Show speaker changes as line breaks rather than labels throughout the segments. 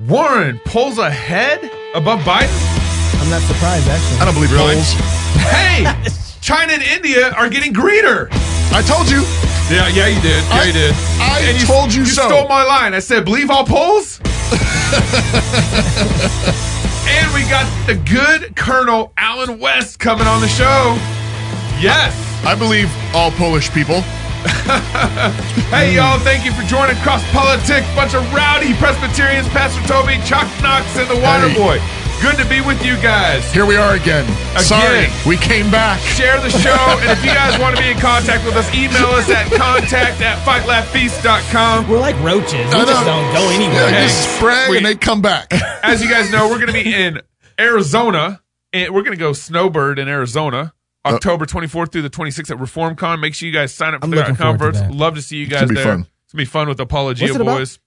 Warren pulls ahead above Biden.
I'm not surprised, actually.
I don't believe
Really?
polls.
Hey, China and India are getting greener.
I told you.
Yeah, yeah, you did. Yeah,
I-
you did.
I told you so.
stole my line. I said, believe all polls. and we got the good Colonel Alan West coming on the show. Yes.
I believe all Polish people.
Hey, y'all, thank you for joining Cross Politics. Bunch of rowdy Presbyterians, Pastor Toby, Chuck Knox, and the Water
Hey.
Boy. Good to be with you guys.
Here we are again. Sorry,
Again.
we came back.
Share the show, and if you guys want to be in contact with us, email us at contact at fightlaughfeast.com.
We're like roaches. We
I
just
know.
don't go anywhere.
Yeah,
Hey,
you sprang
we-
and they come back.
As you guys know, we're going to be in Arizona, and we're going to go snowbird in Arizona. October 24th through the 26th at ReformCon. Make sure you guys sign up for
Uh, I'm
their
looking forward to
conference.
that.
Love to see you guys
gonna be
there.
fun.
It's going to be fun with Apologia
What's it about?
Boys.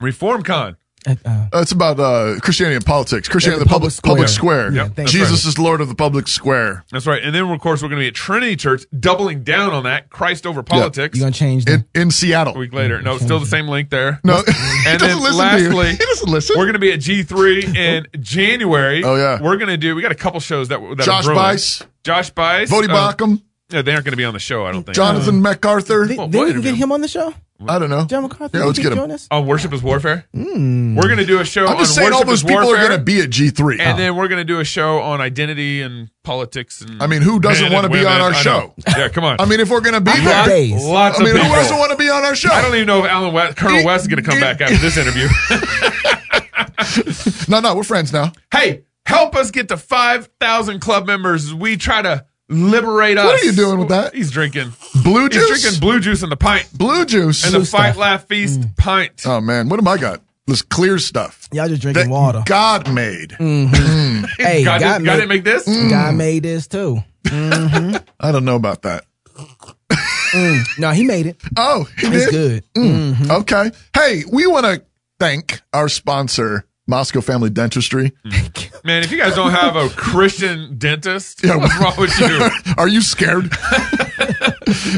ReformCon.
Uh, uh,
That's about uh, Christianity and politics. Christianity
Yeah,
and the public public square.
Yeah, thank you.
Jesus is Lord of the public square.
That's right. And then, of course, we're going to be at Trinity Church, doubling down on that Christ over politics.
you gonna change the
In, in
a
Seattle.
week later. No, still the same link there.
No, he
And
doesn't
then
listen to you.
lastly,
He doesn't listen.
We're going to be at G3 in January.
Oh, yeah.
We're going to do, we got a couple shows that, that
Josh
are brewing.
Bice,
Josh Bice.
Bodie
uh,
Bacham,
no, they aren't going to be on the show, I don't think.
Jonathan MacArthur.
Th-
Well,
then
we'll
we can get
interview.
him on the show.
I don't know.
John McCarthy.
Yeah,
you
let's
think
get him.
Join us.
on Oh, Worship is Warfare. We're going to do a show
Hmm. I'm just
on
saying all
Worship
those
is
people
Warfare.
are going to be Oh. at G3.
and then we're going to do a show on identity and politics. And
I mean, who doesn't
men
wanna
and
be
women.
on our
I know.
show?
Yeah, come on.
I mean, if we're going to be
I
there,
have days.
Lots
I mean,
of people.
who doesn't want to be on our show?
I don't even know if Alan West, Colonel West is going to come back after this interview.
no, no, we're friends now.
hey, help us get to 5,000 club members. as We try to liberate us.
What are you doing with that?
He's drinking.
Blue
He's
juice,
drinking blue juice in the pint.
blue juice.
And the fight, laugh, feast pint.
oh man, what am I got? This clear stuff
Y'all just drinking
that
water.
God made.
hey,
God,
God,
didn't, God
made,
didn't make this?
Mm.
God made this too.
I don't know about that.
No, he made it.
Oh, he
It's
did.
good.
Okay. Hey, we want to thank our sponsor, Moscow Family Dentistry.
Man, if you guys don't have a Christian dentist, what's wrong with you?
Are you scared?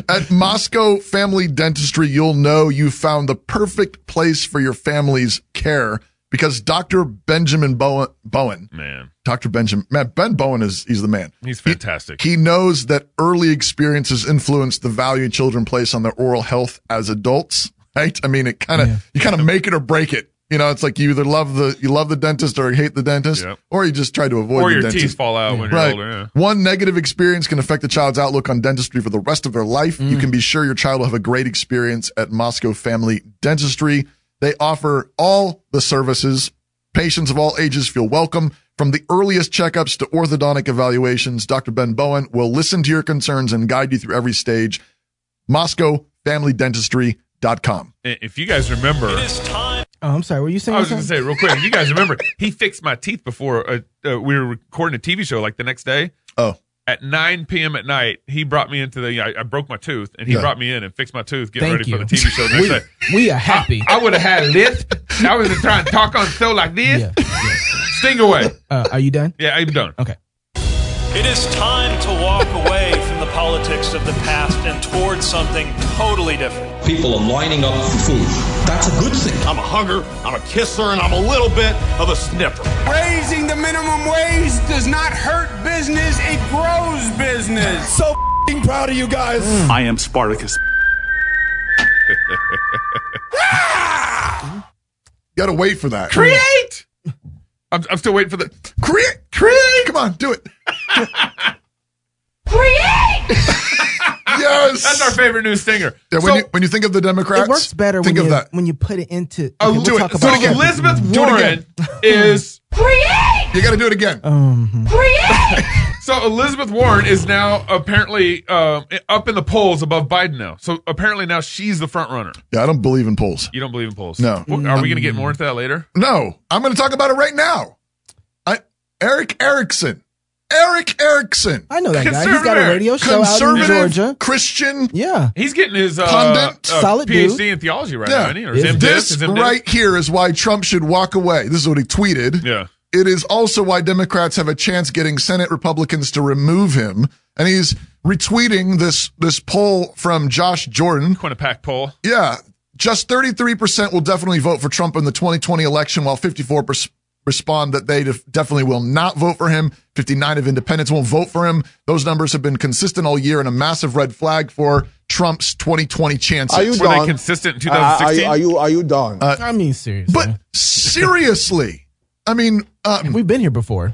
At Moscow Family Dentistry, you'll know you found the perfect place for your family's care because Dr. Benjamin Bowen, Bowen
Man,
Dr. Benjamin, man, Ben Bowen is he's the man.
he's fantastic.
He knows that early experiences influence the value children place on their oral health as adults, right? I mean, it kind of you kind of make it or break it. You know, it's like you either love the you love the dentist or you hate the dentist,
Yep.
or you just try to avoid
or
the
your
dentist.
teeth fall out when you're
Right.
older. Yeah.
One negative experience can affect the child's outlook on dentistry for the rest of their life.
Mm.
You can be sure your child will have a great experience at Moscow Family Dentistry. They offer all the services. Patients of all ages feel welcome. From the earliest checkups to orthodontic evaluations, Dr. Ben Bowen will listen to your concerns and guide you through every stage. MoscowFamilyDentistry.com.
And If you guys remember,
Oh, I'm sorry. Were you saying
I was going to
something?
say real quick, if you guys remember, he fixed my teeth before uh, uh, we were recording a TV show like the next day.
Oh,
At 9 p.m. at night, he brought me into the. I, I broke my tooth, and he
Yeah.
brought me in and fixed my tooth, getting
Thank
ready
you.
for the TV show the next day.
we are happy.
I would have had lisp. I was trying to talk on so like this.
yeah. yeah.
Sting away.
Uh, are you done?
Yeah, I'm done.
Okay.
It is time to walk away from the politics of the past and towards something totally different.
People are lining up for food. That's a good thing.
I'm a hugger, I'm a kisser, and I'm a little bit of a sniffer.
Raising the minimum wage does not hurt business, it grows business. So proud of you guys.
I am Spartacus.
you got to wait for that.
Create. I'm, I'm still waiting for the.
Create, create. Come on, do it. create. yes.
That's our favorite new stinger.
Yeah, when,
so, uh,
you, when you think of the Democrats,
It works better
think
when
of
you,
that.
when you put it into.
Oh,
okay, we'll
do it.
talk
Do
about
it
so
that.
again.
Elizabeth
Do it
Warren
again.
is
You got to do it again.
Oh.
so Elizabeth Warren is now apparently um, up in the polls above Biden now. So apparently now she's the front runner.
yeah, I don't believe in polls.
You don't believe in polls?
No.
Well, Are we going to
Mm.
get more into that later?
No, I'm going to talk about it right now. I, Eric Erickson, Eric Erickson,
I know that guy. He's got a
Conservative.
radio show out in
conservative
Georgia.
Christian.
Yeah.
He's getting his uh,
Pundit.
uh,
Solid
PhD
dude.
in theology right
Yeah.
now, isn't he? Or his
Is
MDiv?
This
His MDiv?
right here is why Trump should walk away. This is what he tweeted.
Yeah.
It is also why Democrats have a chance getting Senate Republicans to remove him. And he's retweeting this this poll from Josh Jordan.
Quinnipiac poll.
Yeah. Just 33% will definitely vote for Trump in the 2020 election, while 54% respond that they def- definitely will not vote for him. 59 of independents won't vote for him. Those numbers have been consistent all year and a massive red flag for Trump's 2020 chances.
Are you
Were they
done?
consistent in
Are- Are, you-
2016?
are you are you done?
I mean, seriously.
but seriously, I mean, um,
we've been here before.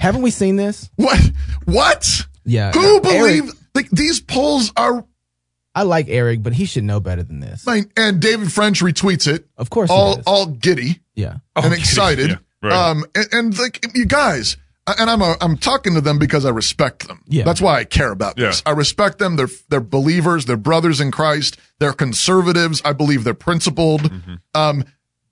Haven't we seen this?
what? What?
Uh, Yeah.
Who
Eric-
believed? Like, these polls are
I like Eric, but he should know better than this.
Mine- and David French retweets it.
Of course he
all
does.
all giddy
yeah.
and
giddy,
excited.
yeah, right.
Um, and, and like you guys, uh, and I'm a, I'm talking to them because I respect them.
Yeah.
that's why I care about this. I respect them. They're they're believers. They're brothers in Christ. They're conservatives. I believe they're principled.
Mm-hmm.
Um,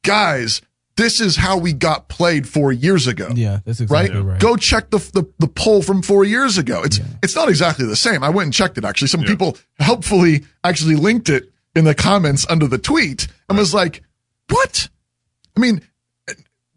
guys, this is how we got played four years ago
Yeah. That's
right?
exactly right.
Go check the, the the poll from four years ago. It's it's not exactly the same. I went and checked it actually. Some people helpfully actually linked it in the comments under the tweet and was like, "What? I mean,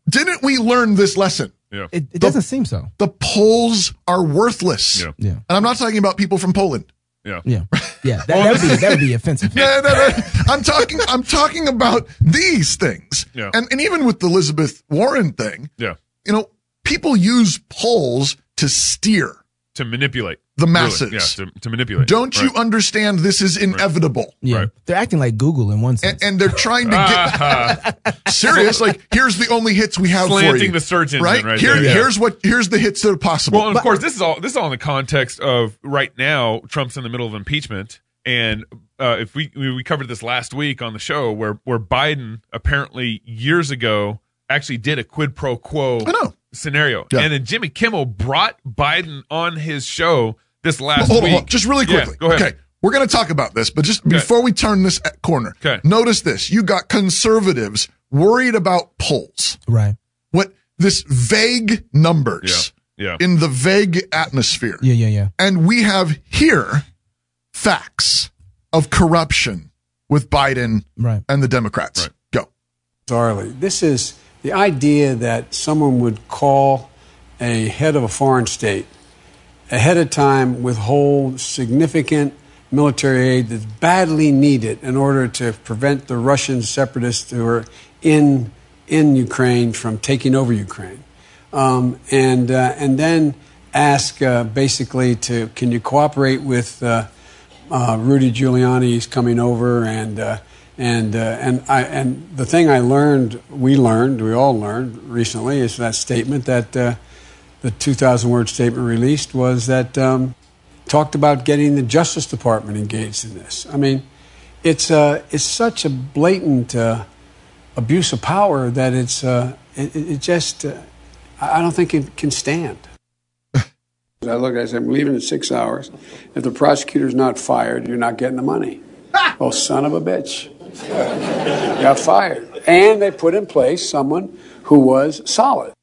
didn't we learn this lesson?
It, it doesn't seem so.
The polls are worthless."
Yeah.
Yeah.
And I'm not talking about people from Poland.
Yeah. Yeah. That, that, would, be, that would be offensive.
Yeah, no, no. I'm talking. I'm talking about these things.
Yeah.
And and even with the Elizabeth Warren thing,
Yeah.
you know, people use polls to steer.
To manipulate.
The
Really,
masses.
Yeah, to, to manipulate.
Don't you
Right.
understand this is inevitable?
Yeah.
Right.
They're acting like Google in one sense.
And, and they're trying to get serious. Like, here's the only hits we have for you.
Ah. Slanting the search engine right
Here,
there, yeah.
Here's what. Here's the hits that are possible.
Well, and of course, this is all this is all in the context of right now. Trump's in the middle of impeachment, and uh, if we we we covered this last week on the show, where where Biden apparently years ago actually did a quid pro quo
I know.
scenario,
Yeah.
and then Jimmy Kimmel brought Biden on his show this last
hold on,
week.
hold on. just really
Yeah,
quickly.
go ahead.
Okay, we're going to talk about this, but just before we turn this corner,
Okay.
notice this: you got conservatives worried about polls.
right.
What this vague numbers
Yeah,
in the vague atmosphere.
Yeah. Yeah. Yeah.
And we have here facts of corruption with Biden
Right.
and the Democrats. Go.
Darley. This is the idea that someone would call a head of a foreign state ahead of time, withhold significant military aid that's badly needed in order to prevent the Russian separatists who are in in Ukraine from taking over Ukraine, um, and uh, and then ask uh, basically to can you cooperate with. Uh, uh, Rudy Giuliani is coming over, and uh, and uh, and I and the thing I learned, we learned, we all learned recently, is that statement that uh, the 2,000 word statement released was that um, talked about getting the Justice Department engaged in this. I mean, it's uh, it's such a blatant uh, abuse of power that it's uh, it, it it just uh, I I don't think it can stand. I looked, I said, I'm leaving in six hours. If the prosecutor's not fired, you're not getting the money. oh, son of a bitch. Got fired. And they put in place someone who was solid.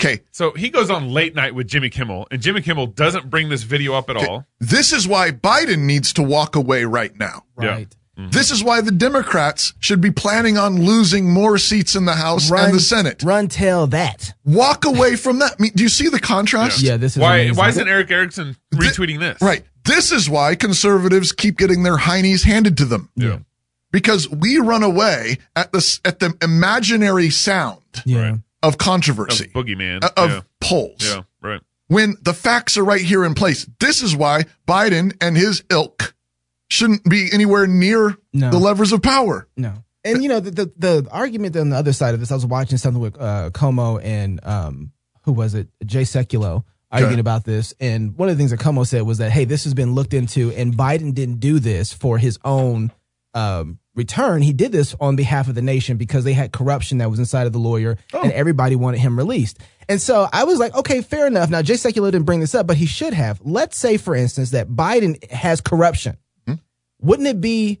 Okay.
So he goes on late night with Jimmy Kimmel, and Jimmy Kimmel doesn't bring this video up at all.
This is why Biden needs to walk away right now.
Yeah.
Right.
This is why the Democrats should be planning on losing more seats in the House and the Senate.
Run tell that.
Walk away from that. I mean, do you see the contrast?
Yeah. This is
Why
Amazing.
why isn't Eric Erickson retweeting this?
Right. This is why conservatives keep getting their heinies handed to them. Yeah. Because we run away at the at the imaginary sound
Yeah.
of controversy
Boogeyman.
uh, of
yeah.
polls.
yeah, right.
when the facts are right here in place. This is why Biden and his ilk shouldn't be anywhere near
No.
the levers of power.
No. And you know the, the the argument on the other side of this, I was watching something with uh, Como and um, who was it, Jay Sekulow, arguing
Okay.
about this. And one of the things that Como said was that, hey, this has been looked into, and Biden didn't do this for his own um, return. He did this on behalf of the nation because they had corruption that was inside of the lawyer, and everybody wanted him released. And so I was like, okay, fair enough. Now Jay Sekulow didn't bring this up, but he should have. Let's say, for instance, that Biden has corruption. Wouldn't it be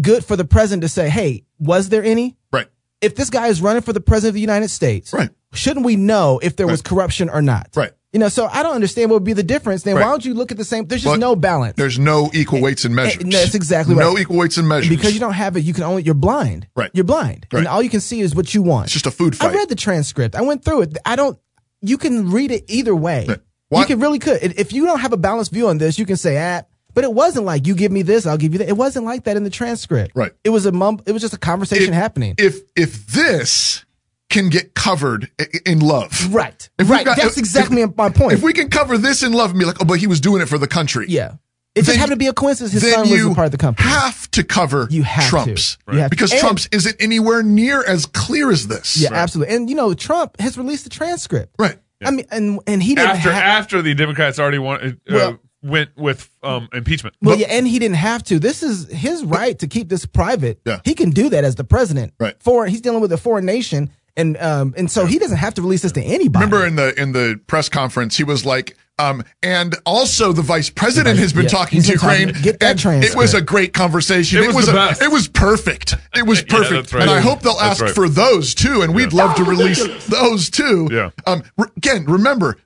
good for the president to say, hey, was there any?
Right.
If this guy is running for the president of the United States,
Right.
shouldn't we know if there was corruption or not?
Right.
You know, so I don't understand what would be the difference. Then
Right.
why don't you look at the same? There's just
But
no balance
There's no equal weights and measures.
Eh, no, that's exactly
No
right.
equal weights and measures.
because you don't have it. You can only you're blind.
Right.
You're blind, and
Right.
all you can see is what you want.
It's just a food
I
fight.
read the transcript. I went through it. I don't. You can read it either way.
Right. Why-
You can really could. If you don't have a balanced view on this, you can say, ah, But it wasn't like you give me this, I'll give you that. It wasn't like that in the transcript.
Right.
It was a mum. It was just a conversation happening.
If if this can get covered i- i- in love,
right.
If we've
Right.
got-
That's
if-
exactly my point.
If we can cover this in love and be like, oh, but he was doing it for the country.
yeah. It just
then-
happened to be a coincidence. His
then
son was
you
a part of the company.
have to cover
You have to.
Trump's
You have to.
because
And-
Trump's isn't anywhere near as clear as this.
yeah, absolutely. And you know, Trump has released the transcript.
Right.
I mean, and and he didn't
after
ha-
after the Democrats already want, uh,
Well-
went with um, impeachment.
Well, yeah, and he didn't have to. This is his right to keep this private.
Yeah.
He can do that as the president.
Right.
Foreign, he's dealing with a foreign nation, and um, and so he doesn't have to release this to anybody.
Remember in the in the press conference, he was like, um, and also the vice president
Right.
has been
Yeah.
talking
He's
to
been talking-
Ukraine.
get that
and it was a
transcript.
great conversation.
It was
a,
the best.
it was perfect. It was
Yeah, that's
perfect.
right.
And I hope they'll
That's
ask
right.
for those too. And we'd love to release those too.
Yeah.
Um, re- again, remember.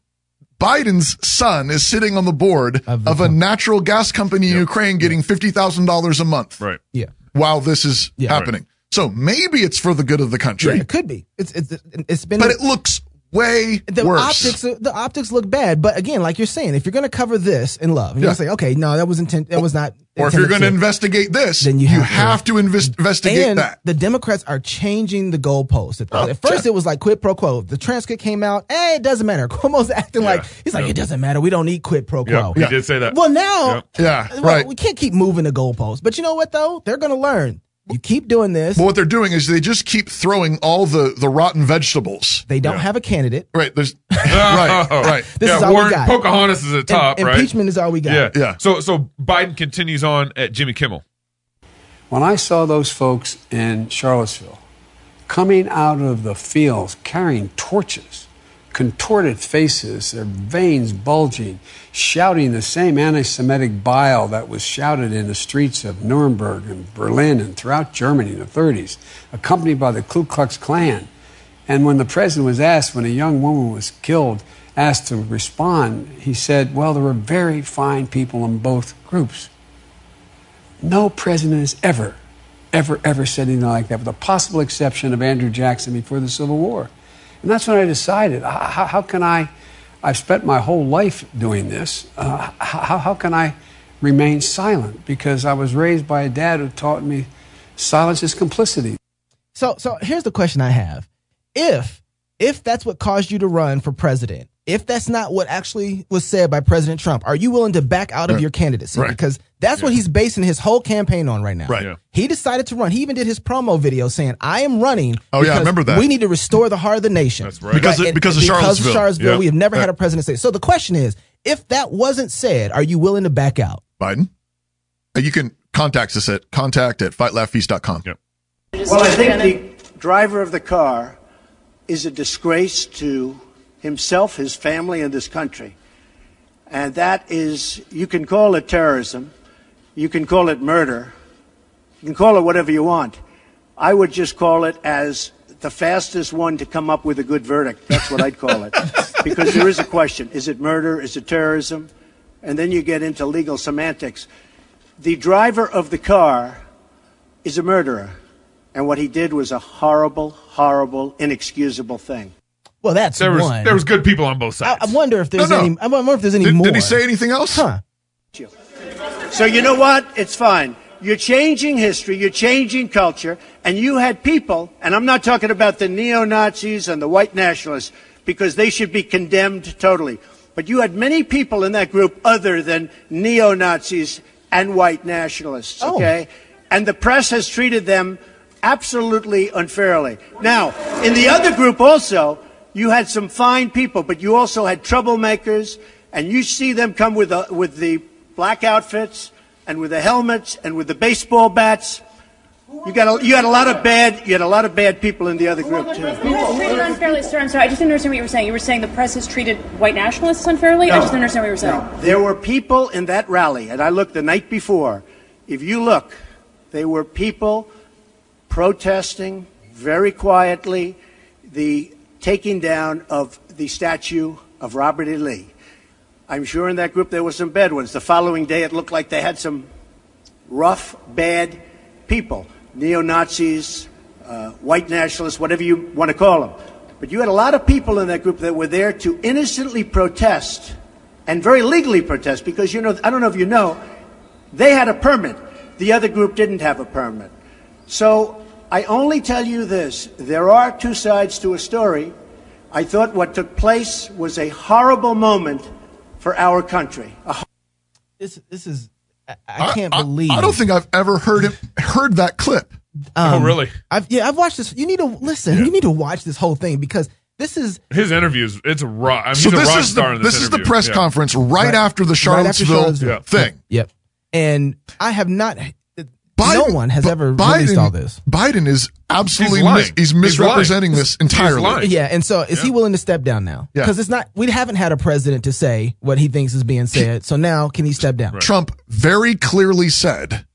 Biden's son is sitting on the board
Of
of,
the
a
company.
natural gas company in Ukraine getting $50,000 a month
Right.
Yeah.
while this is
Yeah.
happening. So maybe it's for the good of the
Yeah,
country,
it could be. It's it's it's been.
but it looks way
the
worse.
optics the optics look bad, but again, like you're saying, if you're going to cover this in love, and you're
Yeah.
going to say, okay, no, that was intent. That was not.
or if you're going to
intended
investigate this,
Then
then
you
you,
have
have,
to-
to inves- investigate
and
that.
the Democrats are changing the goalposts. At,
Oh,
at first, it was like quid pro quo. The transcript came out. Hey, it doesn't matter. Cuomo's acting like he's like it doesn't matter. We don't need quid pro quo.
Yeah, he did say that.
Well, now,
Yep.
Yeah,
well,
right.
We can't keep moving the goalposts. But you know what though? They're going to learn. You keep doing this.
But what they're doing is they just keep throwing all the the rotten vegetables.
they don't have a candidate.
Right. There's right.
Oh.
Right.
This
yeah,
is all we
Warren
got.
Pocahontas is at top,
Im-
right?
Impeachment is all we got.
Yeah.
Yeah.
So so Biden continues on at Jimmy Kimmel.
When I saw those folks in Charlottesville coming out of the fields carrying torches, contorted faces, their veins bulging, shouting the same anti Semitic bile that was shouted in the streets of Nuremberg and Berlin and throughout Germany in the 30s, accompanied by the Ku Klux Klan. And when the president was asked, when a young woman was killed, asked to respond, he said, Well, there were very fine people in both groups. No president has ever, ever, ever said anything like that, with the possible exception of Andrew Jackson before the Civil War. And that's when I decided h- how, how can I, I've spent my whole life doing this, uh, h- how, how can I remain silent? Because I was raised by a dad who taught me silence is complicity.
So so here's the question I have. If if that's what caused you to run for president, if that's not what actually was said by President Trump, are you willing to back out of your candidacy?
Right.
Because that's what he's basing his whole campaign on right now.
Right. Yeah.
He decided to run. He even did his promo video saying, I am running.
Oh, yeah,
because
I remember that.
We need to restore the heart of the nation. That's
right. Because
of- because of Charlottesville.
Charlottesville,
Yeah.
we have never had a president say. So the question is, if that wasn't said, are you willing to back out?
Biden. Uh, You can contact us at contact at fightlaughfeast.com.
Yep.
Well, I think the driver of the car is a disgrace to himself, his family, and this country. And that is, you can call it terrorism, you can call it murder, you can call it whatever you want. I would just call it as the fastest one to come up with a good verdict. That's what I'd call it. because there is a question is it murder? Is it terrorism? And then you get into legal semantics. The driver of the car is a murderer. And what he did was a horrible, horrible, inexcusable thing.
Well, that's
There was
one.
there was good people on both
I,
sides.
I wonder if there's
No, no.
any I wonder if there's any
Did,
more.
did he say anything else?
Huh.
So you know what? It's fine. You're changing history, you're changing culture, and you had people, and I'm not talking about the neo Nazis and the white nationalists, because they should be condemned totally. But you had many people in that group other than neo Nazis and white nationalists,
Oh.
okay? And the press has treated them absolutely unfairly. Now, in the other group also, you had some fine people, but you also had troublemakers, and you see them come with the, with the black outfits and with the helmets and with the baseball bats. You got a, you had a lot of bad you had a lot of bad people in the other group too.
treated unfairly, sir. I'm sorry. I just didn't understand what you were saying. You were saying the press has treated white nationalists unfairly. I just didn't understand what you were saying.
There were people in that rally, and I looked the night before. If you look, they were people protesting very quietly the taking down of the statue of Robert E. Lee. I'm sure in that group there were some bad ones. The following day, it looked like they had some rough, bad people neo Nazis, uh, white nationalists, whatever you want to call them. But you had a lot of people in that group that were there to innocently protest and very legally protest because, you know, I don't know if you know, They had a permit. The other group didn't have a permit. So I only tell you this there are two sides to a story. I thought what took place was a horrible moment for our country. A ho-
This this is I, I can't believe.
I don't think I've ever heard it, heard that clip.
um,
oh, really?
I've yeah, I've watched this. You need to listen. You need to watch this whole thing because this is
His interviews, it's a rock. I mean,
So
he's a
this
rock
is
star
the
in
this is the
interview.
press
Yeah.
conference right,
Right-
after the
right after
Charlottesville
Charlottesville.
thing.
Yep. And I have not. uh, no
Biden-
one has
B-
ever
Biden,
released all this.
Biden is absolutely
He's lying.
mis- he's
He's
misrepresenting
lying.
this entirely.
lying.
Yeah, and so is he willing to step down now?
Yeah.
Because it's not. We haven't had a president to say what he thinks is being said. So now, can he step down?
Trump very clearly said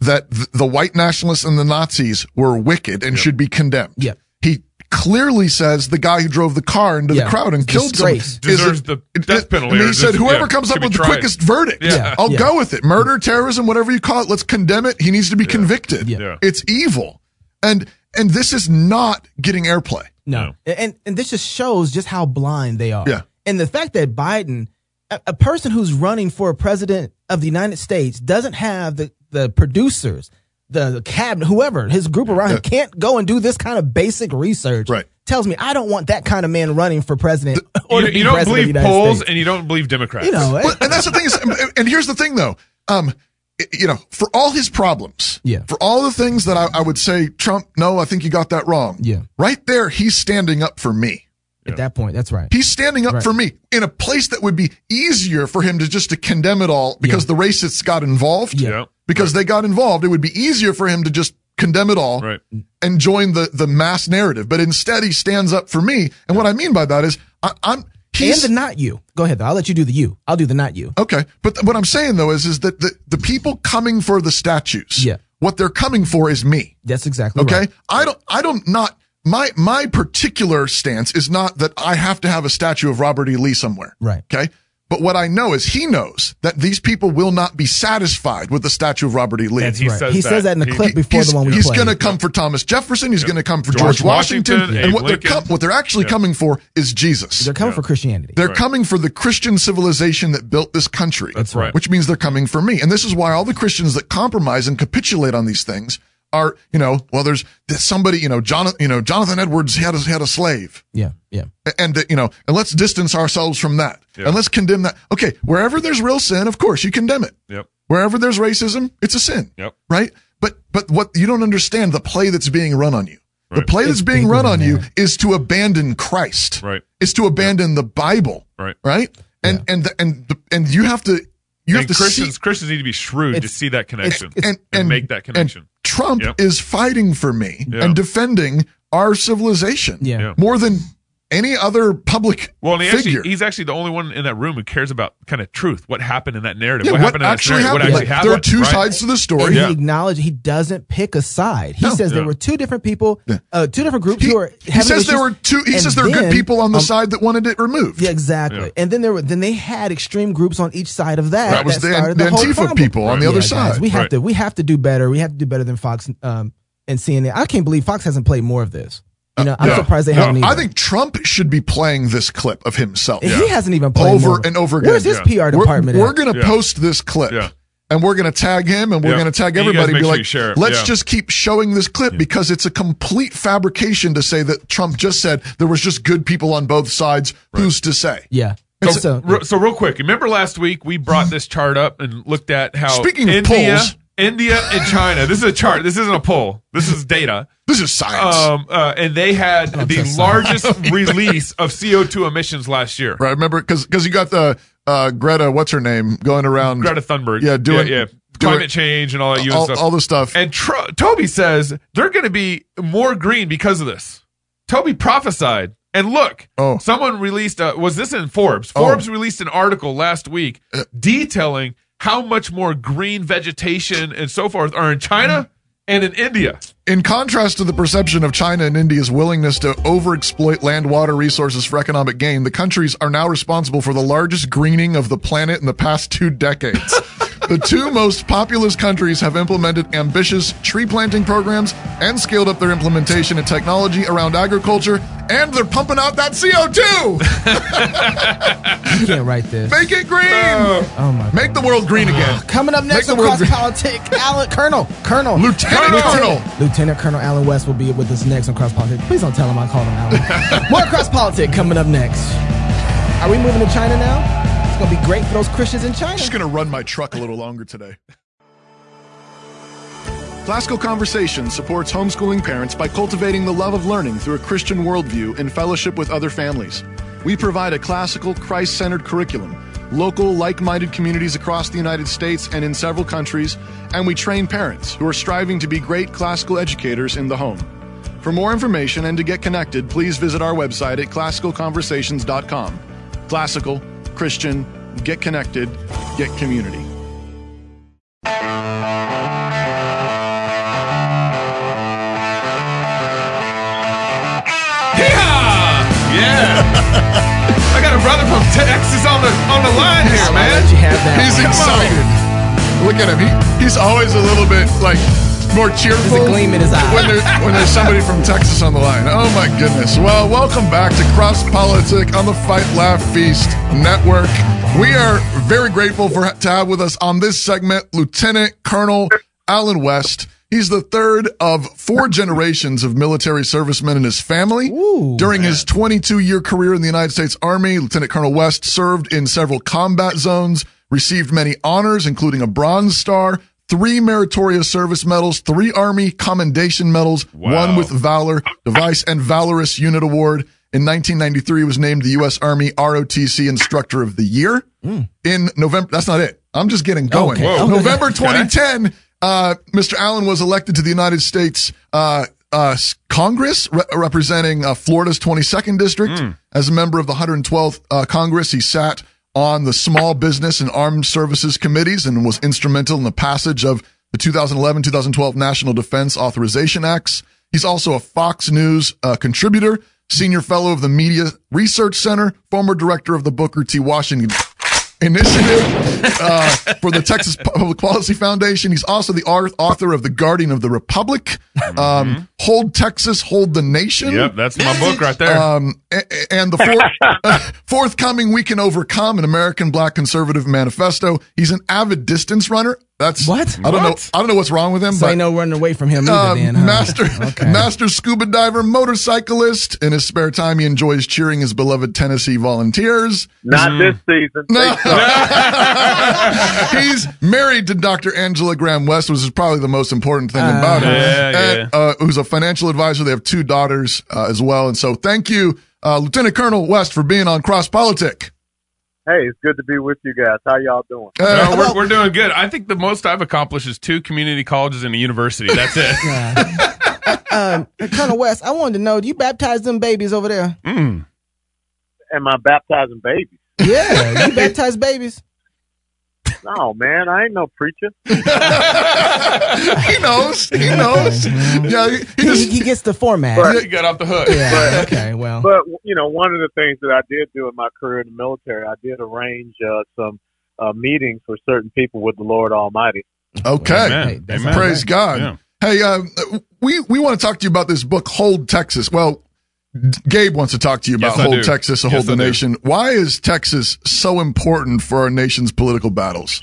that th- the white nationalists and the Nazis were wicked and should be condemned.
Yep.
He clearly says the guy who drove the car into
Yeah.
the crowd and killed someone
Disgrace.
is a-
Deserves the death penalty
I mean,
or
he said
just-
whoever
yeah,
comes
should
up
be
with the
tried.
quickest verdict,
Yeah.
I'll
Yeah.
go with it. Murder, terrorism, whatever you call it, let's condemn it. He needs to be convicted.
Yeah.
It's evil. And and this is not getting airplay.
No.
And and this just shows just how blind they are.
Yeah.
And the fact that Biden, a, a person who's running for a president of the United States, doesn't have the the producers, the cabinet, whoever his group around him can't go and do this kind of basic research.
Right.
Tells me I don't want that kind of man running for president. or
Oh, You,
to be
you don't
president of
believe
the United
polls
States.
and you don't believe Democrats.
you know. eh?
But- and that's the thing is, and- and here's the thing though, um, i- you know, for all his problems,
Yeah.
for all the things that I, I would say, Trump, no, I think you got that wrong.
Yeah.
right there, he's standing up for me.
At that point, that's right.
He's standing up
Right.
for me in a place that would be easier for him to just to condemn it all because the racists got involved.
Yeah.
because they got involved, it would be easier for him to just condemn it all
Right.
and join the the mass narrative. But instead, he stands up for me. And what I mean by that is, I, I'm
and
he's
the not you. Go ahead though. I'll let you do the you. I'll do the not you.
Okay, but th- what I'm saying though is, is that the, the people coming for the statues,
Yeah.
what they're coming for is me.
That's exactly
Okay,
right.
I don't, I don't not my my particular stance is not that I have to have a statue of Robert E. Lee somewhere.
Right.
Okay, but what I know is he knows that these people will not be satisfied with the statue of Robert E. Lee.
And he
Right.
says
he
that.
says that in the
He-
clip
he-
before
He's,
the one we
he's
played.
going to come for Thomas Jefferson. He's going to come for
George
George, Washington.
Washington,
and
Abe
what they're
Lincoln.
com- what they're actually coming for is Jesus.
They're coming for Christianity.
They're coming for the Christian civilization that built this country. That's
right.
Which means they're coming for me. And this is why all the Christians that compromise and capitulate on these things are, you know, well, there's there's somebody, you know, John, you know, Jonathan Edwards had a, had a slave,
Yeah, yeah.
A- and uh, you know, and let's distance ourselves from that,
Yeah.
and let's condemn that. Okay, wherever there's real sin, of course you condemn it.
Yep.
Wherever there's racism, it's a sin.
Yep.
Right. But but what you don't understand the play that's being run on you. The
Right.
play that's being
bigger
run
than
on you
that.
is to abandon Christ.
Right.
Is to abandon the Bible.
Right.
Right. And and the, and the, and you have to you have
And
to
Christians,
see
Christians need to be shrewd to
It's-
see that connection
it's-
and,
and, make that connection.
And Trump
Yep.
is fighting for me
Yeah.
and defending our civilization
Yeah. Yeah.
more than any other public
well, and he
figure.
actually, he's actually the only one in that room who cares about kind of truth. What happened in that narrative?
Yeah,
what, happened in that
actually
scenario?
happened?
What
Like,
actually
there are
happened?
two
right?
sides to the
And
story.
Yeah.
he acknowledged he doesn't pick a side. He
No.
says there
Yeah.
were two different people, uh, two different groups
He,
who are.
he
having
says there
issues.
were two. He
And
says there are good
then-
people on the
um,
side that wanted it removed.
Yeah, exactly.
Yeah.
And then there were then they had extreme groups on each side of that.
That was the-
started
the
whole
Antifa
problem.
people on the other
guys,
side.
we have
Right.
to we have to do better. We have to do better than Fox um, and CNN. I can't believe Fox hasn't played more of this. You know, I'm
No.
surprised they
No.
haven't. Either.
I think Trump should be playing this clip of himself.
he hasn't even played
over
more.
and over again.
Where's his PR
We're-
department?
We're,
at?
going to
Yeah.
post this clip.
Yeah.
And we're going to tag him and we're
Yeah.
going to tag
You guys
everybody.
make sure
be
you
like,
share it.
let's
Yeah.
just keep showing this clip because it's a complete fabrication to say that Trump just said there was just good people on both sides. Who's to say?
yeah.
It's-
so
Re- so real quick, remember last week we brought this chart up and looked at how
Speaking of
India,
polls-
India and China. This is a chart. This isn't a poll. This is data.
This is science.
Um, uh, and they had the
trust
largest release of CO2 emissions last year.
right. Remember, because you got the uh, Greta, what's her name, going around.
Greta Thunberg.
Yeah, doing
yeah, yeah.
doing-
climate change and all that. UN
all,
stuff.
all the stuff.
And Tro- Toby says they're going to be more green because of this. Toby prophesied. And look,
Oh.
someone released, uh, was this in Forbes?
Oh.
Forbes released an article last week detailing how much more green vegetation and so forth are in China and in India.
In contrast to the perception of China and India's willingness to overexploit land water resources for economic gain, the countries are now responsible for the largest greening of the planet in the past two decades. The two most populous countries have implemented ambitious tree planting programs and scaled up their implementation and technology around agriculture, and they're pumping out that CO2.
You can't write this.
Make it green.
Oh my. Oh,
Make the world green again.
Coming up next on
Make the world
Cross
green.
Politics, Alan Colonel, Colonel,
Lieutenant Colonel.
Lieutenant Colonel Alan West will be with us next on Cross Politics. Please don't tell him I called him Alan. More Cross Politics coming up next. Are we moving to China now? It's gonna be great for those Christians in China.
just going to run my truck a little longer today. Classical Conversation supports homeschooling parents by cultivating the love of learning through a Christian worldview in fellowship with other families. We provide a classical, Christ centered curriculum, local, like minded communities across the United States and in several countries, and we train parents who are striving to be great classical educators in the home. For more information and to get connected, please visit our website at classicalconversations.com. Classical, Christian, get connected, get community.
Yeehaw! Yeah. I got a brother from Texas on the on the line here,
I'll
man.
let you have that.
He's
Come on.
excited. Look at him. He, he's always a little bit like more cheerful.
There's a gleam in his eye.
When, there, when there's somebody from Texas on the line. Oh my goodness. Well, welcome back to Cross Politic on the Fight Laugh Feast Network. We are very grateful for to have with us on this segment Lieutenant Colonel Alan West. He's the third of four generations of military servicemen in his family.
Ooh.
During his 22 year career in the United States Army, Lieutenant Colonel West served in several combat zones, received many honors, including a Bronze Star, three meritorious service medals, three Army commendation medals, one with Valor, Device, and Valorous Unit Award. In 1993, he was named the U.S. Army ROTC Instructor of the Year. In November, that's not it. I'm just getting going.
Okay. Whoa.
November
Okay.
2010, uh, Mr. Allen was elected to the United States uh, uh, Congress re- representing uh, Florida's 22nd District. As a member of the 112th uh, Congress, he sat on the Small Business and Armed Services Committees and was instrumental in the passage of the 2011 2012 National Defense Authorization Acts. He's also a Fox News uh, contributor, senior fellow of the Media Research Center, former director of the Booker T. Washington initiative uh, for the Texas Public Policy Foundation. He's also the ar- author of The Guardian of the Republic, um, Hold Texas, Hold the Nation.
Mm-hmm. Yep, that's my book right there.
Um, a- a- and the fourth, uh, forthcoming We Can Overcome, an American Black Conservative Manifesto. He's an avid distance runner. That's
What?
I don't know.
What?
I don't know what's wrong with him.
So
but
ain't no running away from him either.
uh,
then, huh?
master,
Okay.
master scuba diver, motorcyclist. In his spare time, he enjoys cheering his beloved Tennessee Volunteers.
Not
Mm.
this season.
No. He's married to Dr. Angela Graham West, which is probably the most important thing about her.
Yeah,
And, Uh, who's a financial advisor. They have two daughters uh, as well. And so thank you, uh, Lieutenant Colonel West, for being on Cross Politic.
Hey, it's good to be with you guys. How y'all doing?
No,
Uh,
we're, we're doing good. I think the most I've accomplished is two community colleges and a university. That's it.
um, Colonel West, I wanted to know, do you baptize them babies over there?
Mm.
Am I baptizing babies?
Yeah, you baptize babies.
No, man, I ain't no preacher.
he knows. He knows. Yeah, he, he
He,
just.
he gets the format.
You got off the hook.
yeah. Okay. Well.
But you know, one of the things that I did do in my career in the military, I did arrange uh, some uh, meetings for certain people with the Lord Almighty.
Okay.
Amen.
Hey, that's
Amen.
Praise God.
Yeah.
Hey, uh, we we want to talk to you about this book, Hold Texas. Well, Gabe wants to talk to you about
Yes, I
Hold
do.
Texas, or
Yes,
Hold the
I do.
Nation. Why is Texas so important for our nation's political battles?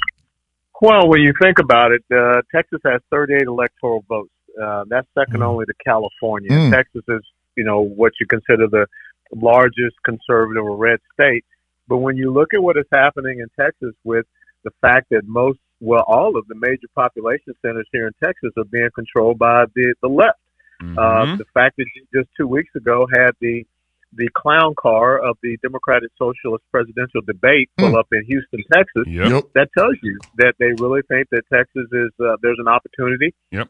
Well, when you think about it, uh, Texas has 38 electoral votes. Uh, that's second only to California.
Mm.
Texas is, you know, what you consider the largest conservative or red state. But when you look at what is happening in Texas with the fact that most, well, all of the major population centers here in Texas are being controlled by the, the left. Uh, the fact that you just two weeks ago had the the clown car of the Democratic Socialist presidential debate pull up in Houston, Texas
Yep.
that tells you that they really think that Texas is uh, there's an opportunity
Yep.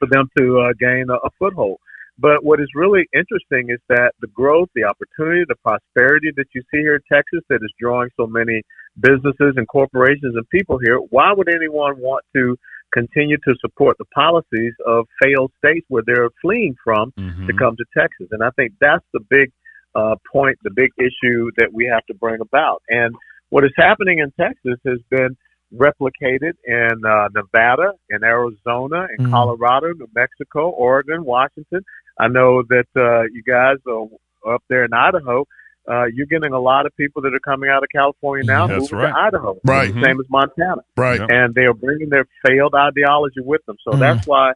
for them to uh, gain a, a foothold. But what is really interesting is that the growth, the opportunity, the prosperity that you see here in Texas that is drawing so many businesses and corporations and people here, why would anyone want to continue to support the policies of failed states where they're fleeing from
Mm-hmm.
Mhm.
to come to Texas? And I think that's the big uh, point, the big issue that we have to bring about. And what is happening in Texas has been replicated in uh, Nevada, in Arizona, in
Mhm.
Colorado, New Mexico, Oregon, Washington. I know that uh, you guys are up there in Idaho. Uh, you're getting a lot of people that are coming out of California now
That's
moving
right.
to Idaho,
Right.
Same
Mhm.
as Montana,
Right. Yep.
And they are bringing their failed ideology with them. So
Mm.
Mhm.
that's why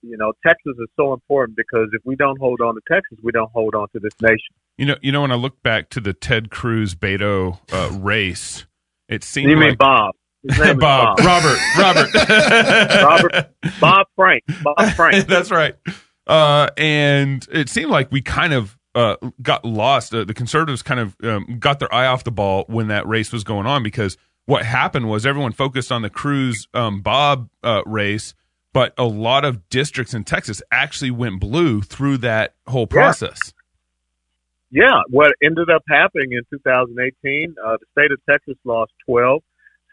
you know Texas is so important because if we don't hold on to Texas, we don't hold on to this nation.
You know, you know, when I look back to the Ted Cruz Beto uh, race, it seemed
you mean
like-
Bob? His name is
Bob, Robert, Robert,
Robert, Bob Frank, Bob Frank.
That's right. Uh, and it seemed like we kind of uh, got lost. Uh, the conservatives kind of um, got their eye off the ball when that race was going on because what happened was everyone focused on the Cruz um, Bob uh, race, but a lot of districts in Texas actually went blue through that whole process.
Yeah, what ended up happening in 2018, uh, the state of Texas lost 12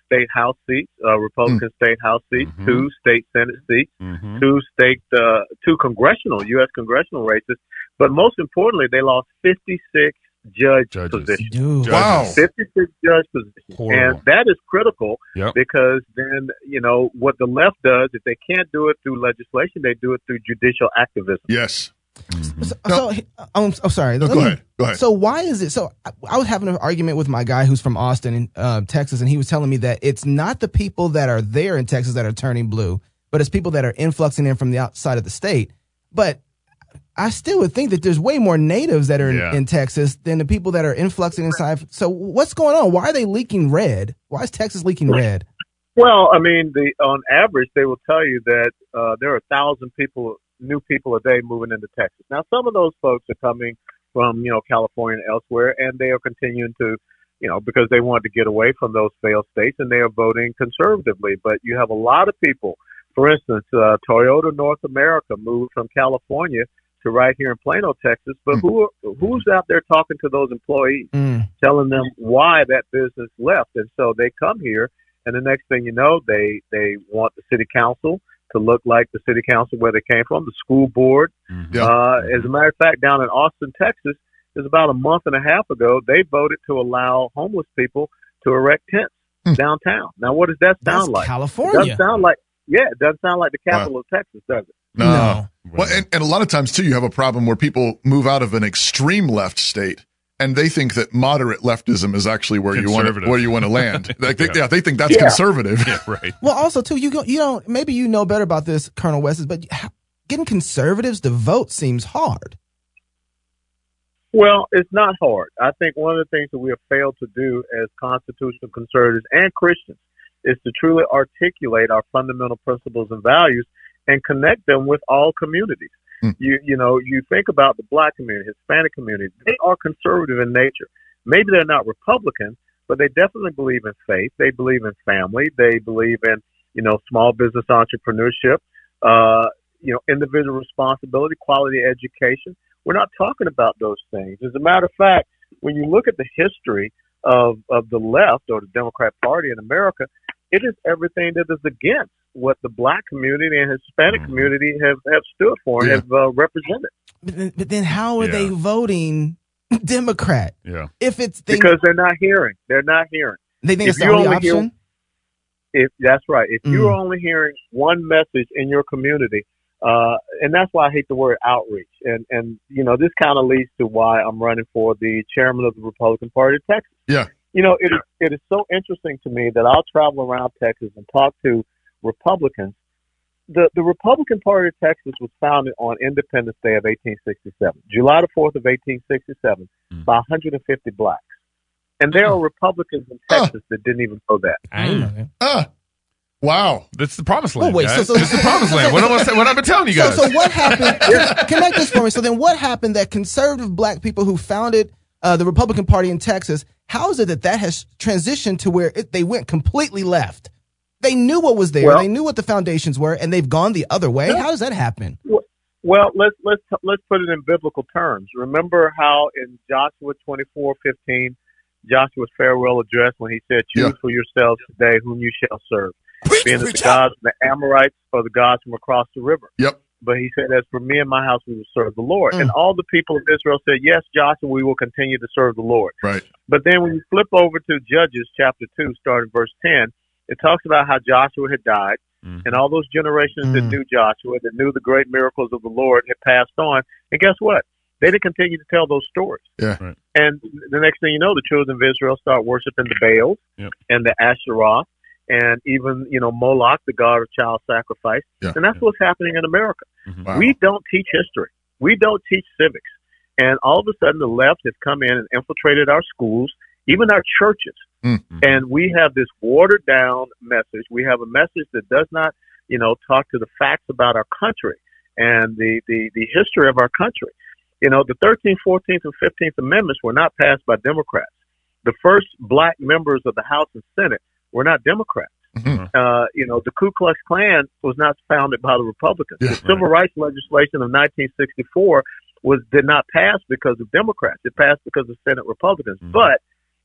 state house seats, uh, Republican
Mm.
state house seats,
Mm-hmm.
two state senate seats, two state, uh, two congressional U.S. congressional races, but most importantly, they lost 56 judge positions.
Dude.
Wow.
56 judge positions,
Horrible.
and that is critical
Yep.
because then you know what the left does. If they can't do it through legislation, they do it through judicial activism.
Yes.
So, so he- I'm, I'm sorry.
No,
Let
go
me-
ahead. Go ahead.
So why is it? So I, I was having an argument with my guy who's from Austin, in, uh, Texas, and he was telling me that it's not the people that are there in Texas that are turning blue, but it's people that are influxing in from the outside of the state. But I still would think that there's way more natives that are in,
Yeah.
in Texas than the people that are influxing inside. So what's going on? Why are they leaking red? Why is Texas leaking red?
Well, I mean, the on average, they will tell you that uh, there are a thousand people, new people a day moving into Texas. Now, some of those folks are coming from you know California and elsewhere, and they are continuing to, you know, because they want to get away from those failed states, and they are voting conservatively. But you have a lot of people. For instance, uh, Toyota North America moved from California to right here in Plano, Texas. But who who's out there talking to those employees?
Mm.
telling them why that business left. And so they come here, and the next thing you know, they they want the city council to look like the city council where they came from, the school board.
Mm-hmm.
Uh, as a matter of fact, down in Austin, Texas, it was about a month and a half ago, they voted to allow homeless people to erect tents downtown. Now, what does that
Hmm. That's
sound like?
California.
It doesn't sound like yeah, it doesn't sound like the capital of Texas, does it?
No. Well, and, and a lot of times too, you have a problem where people move out of an extreme left state and they think that moderate leftism is actually where you want to,
Conservative.
where you want to land. Like, they, yeah.
Yeah.
they think that's
Yeah.
conservative. Yeah,
right.
Well, also too, you go, you don't maybe you know better about this, Colonel Wes's, but how- getting conservatives to vote seems hard.
Well, it's not hard. I think one of the things that we have failed to do as constitutional conservatives and Christians is to truly articulate our fundamental principles and values and connect them with all communities. You you know, you think about the black community, Hispanic community, they are conservative in nature. Maybe they're not Republican, but they definitely believe in faith, they believe in family, they believe in, you know, small business entrepreneurship, uh, you know, individual responsibility, quality education. We're not talking about those things. As a matter of fact, when you look at the history of, of the left or the Democrat Party in America, it is everything that is against what the black community and Hispanic community have, have stood for and have uh, represented.
But then, but then how are they voting Democrat
Yeah.
if it's they,
because they're not hearing. They're not hearing.
they think
If
it's the
you
only
only
option?
hear- If that's right, if you're
Mm.
only hearing one message in your community, uh, and that's why I hate the word outreach, and and you know this kind of leads to why I'm running for the chairman of the Republican Party of Texas.
Yeah.
You know, it is it is so interesting to me that I'll travel around Texas and talk to Republicans. The the Republican Party of Texas was founded on Independence Day of 1867, July the 4th of 1867, by 150 blacks. And there are Republicans in Texas that didn't even know that.
wow.
That's the promised
Well,
land.
wait, so-
guys.
so-
That's the promised land. What, am I, say- what I've been telling you
So,
guys.
so what happened? con- Connect this for me. So then, what happened that conservative black people who founded uh, the Republican Party in Texas? How is it that that has transitioned to where it, they went completely left? They knew what was there.
Well-
they knew what the foundations were, and they've gone the other way. How does that happen?
Well, let's let's let's put it in biblical terms. Remember how in Joshua twenty four fifteen, Joshua's farewell address when he said, "Choose for yourselves today whom you shall serve, being it the gods of the Amorites or the gods from across the river."
Yep.
But he said, "As for me and my house, we will serve the Lord." And all the people of Israel said, "Yes, Joshua, we will continue to serve the Lord."
Right.
But then when you flip over to Judges chapter 2, starting verse 10, it talks about how Joshua had died, and all those generations
Mm.
that knew Joshua, that knew the great miracles of the Lord, had passed on. And guess what? They didn't continue to tell those stories.
Yeah.
And the next thing you know, the children of Israel start worshiping the Baals
Yep.
and the Asheroth and even, you know, Moloch, the god of child sacrifice.
Yeah.
And that's what's happening in America.
Mm-hmm.
Mm-hmm. Wow.
We don't teach history. We don't teach civics. And all of a sudden the left has come in and infiltrated our schools, even our churches. And we have this watered down message. We have a message that does not, you know, talk to the facts about our country and the, the, the history of our country. You know, the 13th, 14th, and 15th Amendments were not passed by Democrats. The first black members of the House and Senate were not Democrats. Uh, you know, the Ku Klux Klan was not founded by the Republicans. the Civil Rights legislation of 1964 was did not pass because of Democrats. It passed because of Senate Republicans. But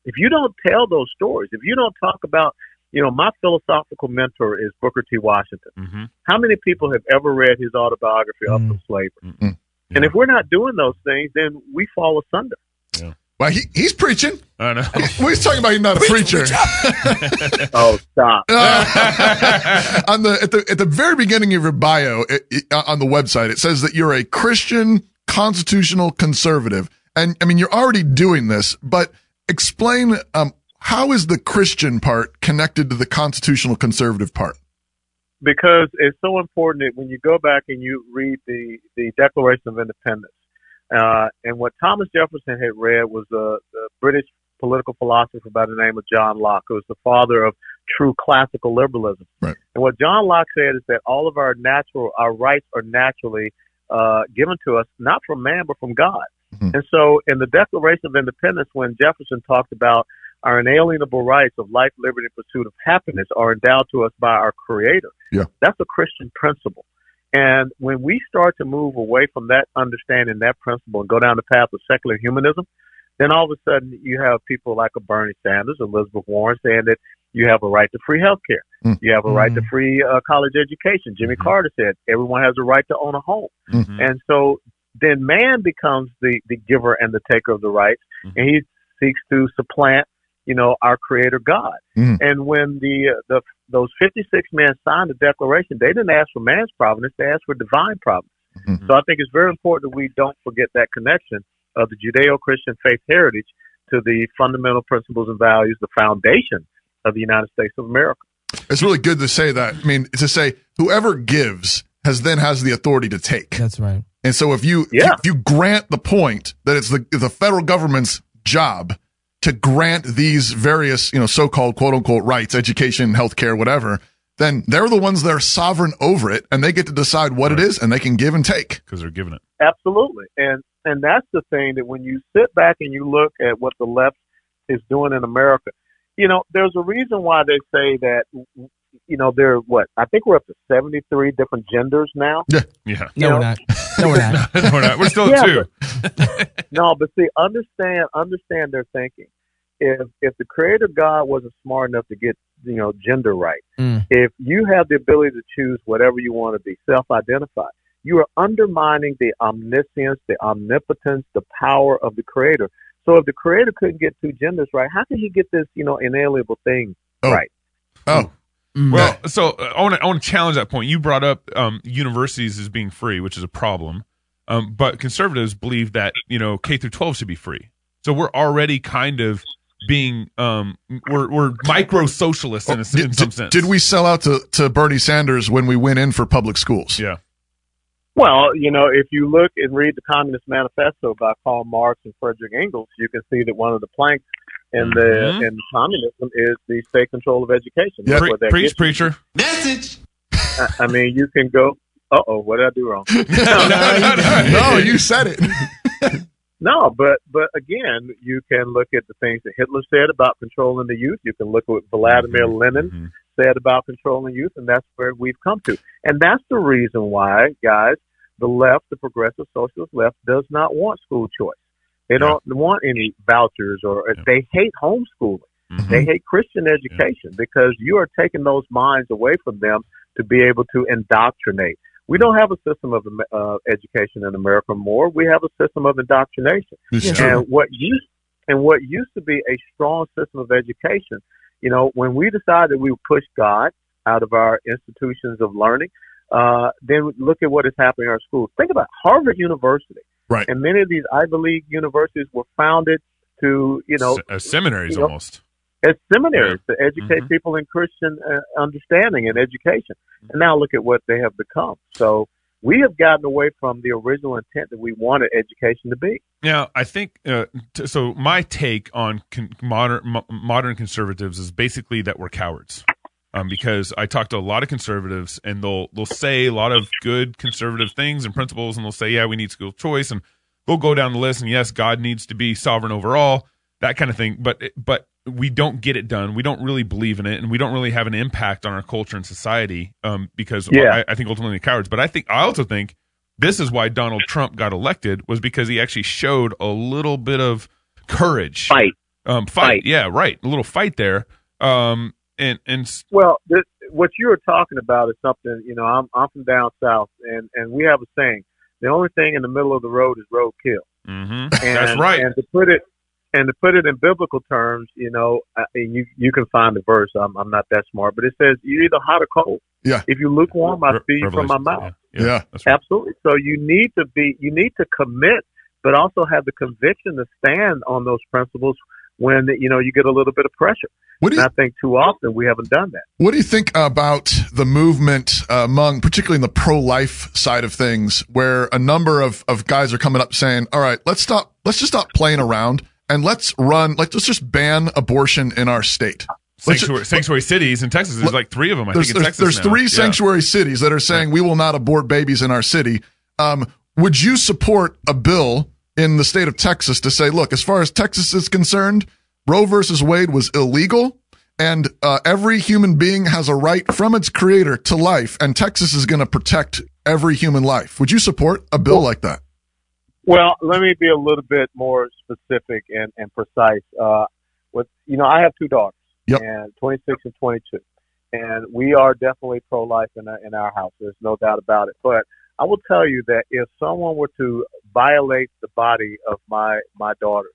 if you don't tell those stories, if you don't talk about, you know, my philosophical mentor is Booker T. Washington. How many people have ever read his autobiography, Up from Slavery? And if we're not doing those things, then we fall asunder.
Well, he, he's preaching.
I know.
We're just talking about he's not a preacher.
oh, stop.
on the at the at the very beginning of your bio it, it- uh, on the website, it says that you're a Christian constitutional conservative, and I mean you're already doing this, but explain um, how is the Christian part connected to the constitutional conservative part?
because it's so important that when you go back and you read the, the Declaration of Independence, uh, and what Thomas Jefferson had read was a, a British political philosopher by the name of John Locke, who was the father of true classical liberalism. And what John Locke said is that all of our natural, our rights are naturally uh, given to us, not from man, but from God. And so in the Declaration of Independence, when Jefferson talked about our inalienable rights of life, liberty, and pursuit of happiness are endowed to us by our Creator.
Yeah.
That's a Christian principle. And when we start to move away from that understanding, that principle, and go down the path of secular humanism, then all of a sudden you have people like a Bernie Sanders, Elizabeth Warren saying that you have a right to free health care. You have a right to free uh, college education. Jimmy Carter said everyone has a right to own a home. And so then man becomes the, the giver and the taker of the rights, and he seeks to supplant, you know, our creator God.
Mhm.
And when the, uh, the those 56 men signed the declaration, they didn't ask for man's providence, they asked for divine providence. So I think it's very important that we don't forget that connection of the Judeo-Christian faith heritage to the fundamental principles and values, the foundation of the United States of America.
It's really good to say that. I mean, to say whoever gives has then has the authority to take.
That's right.
And so if you if you grant the point that it's the the federal government's job to grant these various, you know, so-called quote unquote rights, education, healthcare, whatever, then they're the ones that are sovereign over it and they get to decide what it is and they can give and take.
Because they're giving it.
Absolutely. And and that's the thing that when you sit back and you look at what the left is doing in America, you know, there's a reason why they say that you know, there are what, I think we're up to seventy three different genders now.
Yeah.
No, we're not. No, we're not.
no, we're not. We're still at
Yeah,
two.
no, but see, understand understand their thinking. If if the creator God wasn't smart enough to get, you know, gender right, if you have the ability to choose whatever you want to be, self identify, you are undermining the omniscience, the omnipotence, the power of the creator. So if the creator couldn't get two genders right, how can he get this, you know, inalienable thing right?
Oh.
Well, so uh, I want to I want to challenge that point. You brought up um, universities as being free, which is a problem, um, but conservatives believe that you know K through twelve should be free. So we're already kind of being um, we're we're micro socialists in, a, s- in some sense.
Did we sell out to, to Bernie Sanders when we went in for public schools?
Yeah.
Well, you know, if you look and read the Communist Manifesto by Karl Marx and Frederick Engels, you can see that one of the planks in the
Mhm.
in communism is the state control of education.
Yeah.
That's
Pre-
what that
preach,
gets you.
preacher.
I, I mean, you can go. Uh oh, what did I do wrong?
no, you said it.
No, but but again, you can look at the things that Hitler said about controlling the youth. You can look at what Vladimir
Mm-hmm.
Lenin said about controlling youth, and that's where we've come to. And that's the reason why, guys, the left, the progressive socialist left, does not want school choice. They don't want any vouchers, or they hate homeschooling.
Mm-hmm.
They hate Christian education because you are taking those minds away from them to be able to indoctrinate. We don't have a system of uh, education in America more. We have a system of indoctrination.
It's
and
true.
what used and what used to be a strong system of education You know, when we decide that we would push God out of our institutions of learning, uh, then look at what is happening in our schools. Think about Harvard University.
Right.
And many of these Ivy League universities were founded to, you know,
Se- uh, seminaries
you know,
almost.
as seminaries to
Mm-hmm.
educate people in Christian uh, understanding and education. And now look at what they have become. So we have gotten away from the original intent that we wanted education to be.
Now, I think uh, t- so. My take on con- modern mo- modern conservatives is basically that we're cowards, um, because I talk to a lot of conservatives, and they'll they'll say a lot of good conservative things and principles, and they'll say, "Yeah, we need school choice," and they'll go down the list, and yes, God needs to be sovereign over all, that kind of thing. But but we don't get it done. We don't really believe in it, and we don't really have an impact on our culture and society um, because
Yeah.
I, I think ultimately cowards. But I think I also think this is why Donald Trump got elected was because he actually showed a little bit of courage,
fight,
um, fight.
Fight.
Yeah, right, a little fight there. Um, and and s-
Well, th- what you were talking about is something, you know, I'm, I'm from down south, and, and we have a saying the only thing in the middle of the road is roadkill.
mhm.
And,
that's right.
And to put it, and to put it in biblical terms, you know, uh, and you you can find the verse. I'm I'm not that smart, but it says you're either hot or cold.
Yeah.
If you lukewarm, I
Re-
feed you from my
Revelations,
mouth.
Yeah,
Yeah.
that's right.
Absolutely. So you need to be, you need to commit, but also have the conviction to stand on those principles when you know you get a little bit of pressure.
What do
and
you-
I think too often we haven't done that.
What do you think about the movement uh, among, particularly in the pro-life side of things, where a number of, of guys are coming up saying, "All right, let's stop. Let's just stop playing around and let's run. Like, let's just ban abortion in our state." Let's ju-
Sanctuary, sanctuary cities in Texas. There's
Let-
like three of them. I
there's
think in
there's,
Texas
there's
now.
three
Yeah.
sanctuary cities that are saying we will not abort babies in our city. Um, would you support a bill in the state of Texas to say, look, as far as Texas is concerned, Roe versus Wade was illegal, and uh, every human being has a right from its creator to life, and Texas is going to protect every human life? Would you support a bill like that?
Well, let me be a little bit more specific and, and precise. Uh, with you know, I have two daughters,
Yep.
and 26 and 22, and we are definitely pro-life in our, in our house. There's no doubt about it. But I will tell you that if someone were to violate the body of my my daughters,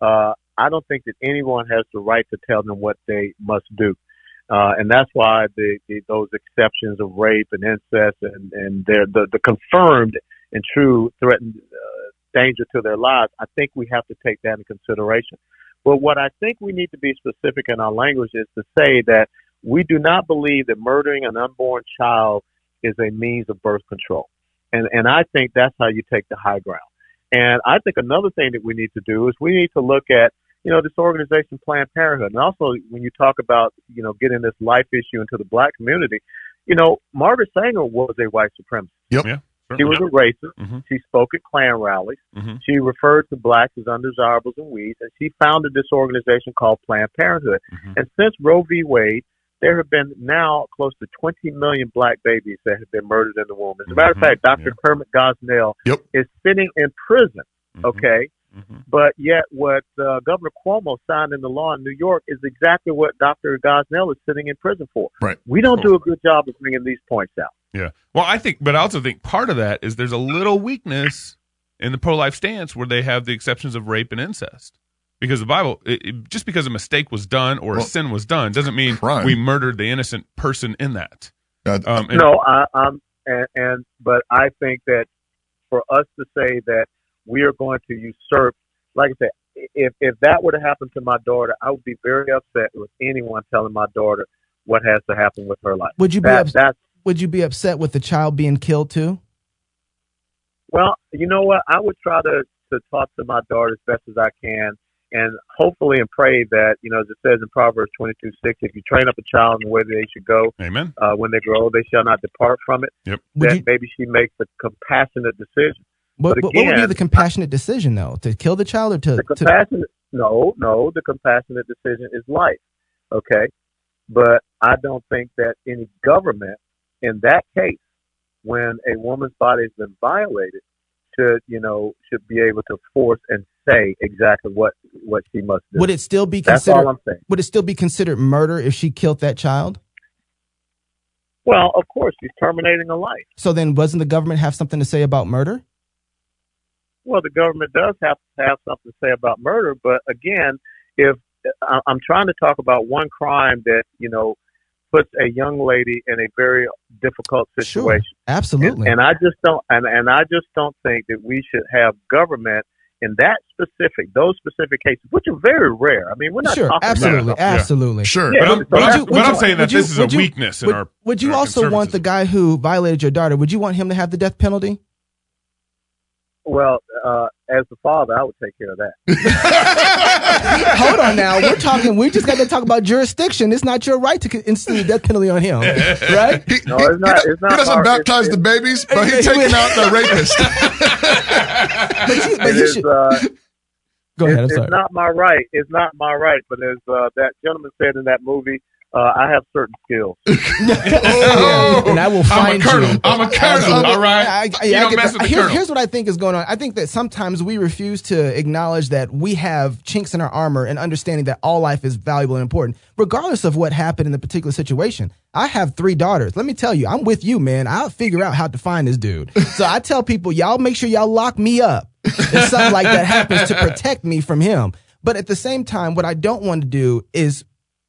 uh, I don't think that anyone has the right to tell them what they must do. Uh, and that's why the, the those exceptions of rape and incest and and they're the, the confirmed and true threatened uh, danger to their lives. I think we have to take that into consideration. But what I think we need to be specific in our language is to say that we do not believe that murdering an unborn child is a means of birth control. And and I think that's how you take the high ground. And I think another thing that we need to do is we need to look at, you know, this organization Planned Parenthood. And also when you talk about, you know, getting this life issue into the black community, you know, Margaret Sanger was a white supremacist.
Yep.
Yeah,
She was a racist.
Mhm.
She spoke at Klan rallies.
Mhm.
She referred to blacks as undesirables and weeds, and she founded this organization called Planned Parenthood.
Mhm.
And since Roe v. Wade, there have been now close to 20 million black babies that have been murdered in the womb. As a matter of
Mhm.
fact, Dr.
Yeah.
Kermit Gosnell
Yep.
is sitting in prison,
Mhm.
okay?
Mhm.
But yet, what uh, Governor Cuomo signed into law in New York is exactly what Dr. Gosnell is sitting in prison for.
Right.
We don't do a good job of bringing these points out.
Yeah. Well, I think, but I also think part of that is there's a little weakness in the pro life stance where they have the exceptions of rape and incest. Because the Bible, it, it- just because a mistake was done or
Well,
a sin was done, doesn't mean
crime.
we murdered the innocent person in that.
Uh,
Um, and-
no, I, I'm and, and but I think that for us to say that we are going to usurp, like I said, if if that were to happen to my daughter, I would be very upset with anyone telling my daughter what has to happen with her life.
Would you be
that,
upset?
That's
Would you be upset with the child being killed too?
well, you know what? I would try to to talk to my daughter as best as I can. And hopefully, and pray that you know, as it says in Proverbs twenty-two six, if you train up a child in the way that they should go,
Amen.
uh, when they grow, they shall not depart from it.
Yep.
Would
that
you-
maybe she makes a compassionate decision.
What,
But
what- what would be
again,
the compassionate decision though? To kill the child or to,
The
to
compassionate, no, no, the compassionate decision is life. Okay. But I don't think that any government in that case, when a woman's body has been violated, should, you know, should be able to force and say exactly what, what she must do.
would it still be
That's
considered?
all I'm saying.
Would it still be considered murder if she killed that child?
Well, of course, she's terminating a life.
So then, doesn't the government have something to say about murder?
Well, the government does have to have something to say about murder, but again, if I- I'm trying to talk about one crime that you know puts a young lady in a very difficult situation.
Absolutely.
And I just don't and, and I just don't think that we should have government in that specific those specific cases, which are very rare. I mean we're not
sure,
talking
absolutely,
about
absolutely.
Yeah,
But I'm,
so
but I'm-
that's-
but I'm saying that this is a weakness in
would,
our.
Would you
our
also want the guy who violated your daughter? Would you want him to have the death penalty?
well, uh, as the father I would take care of that.
Hold on now. We're talking. We just got to talk about jurisdiction. It's not your right to co- institute the death penalty on him, right?
No, it's not it's not
he doesn't
hard. It's-
baptize the babies, but he's taking out the rapist.
it is, uh,
Go ahead. I'm
it's, it's
sorry.
not my right. It's not my right. But as uh, that gentleman said in that movie, uh, I have certain skills.
Yeah, and I will find you. Absolutely. I- I- I get that. Here-
colonel.
Here's what I think is going on. I think that sometimes we refuse to acknowledge that we have chinks in our armor and understanding that all life is valuable and important, regardless of what happened in the particular situation. I have three daughters. Let me tell you, I'm with you, man. I'll figure out how to find this dude. So I tell people, y'all make sure y'all lock me up if something like that happens to protect me from him. But at the same time, what I don't want to do is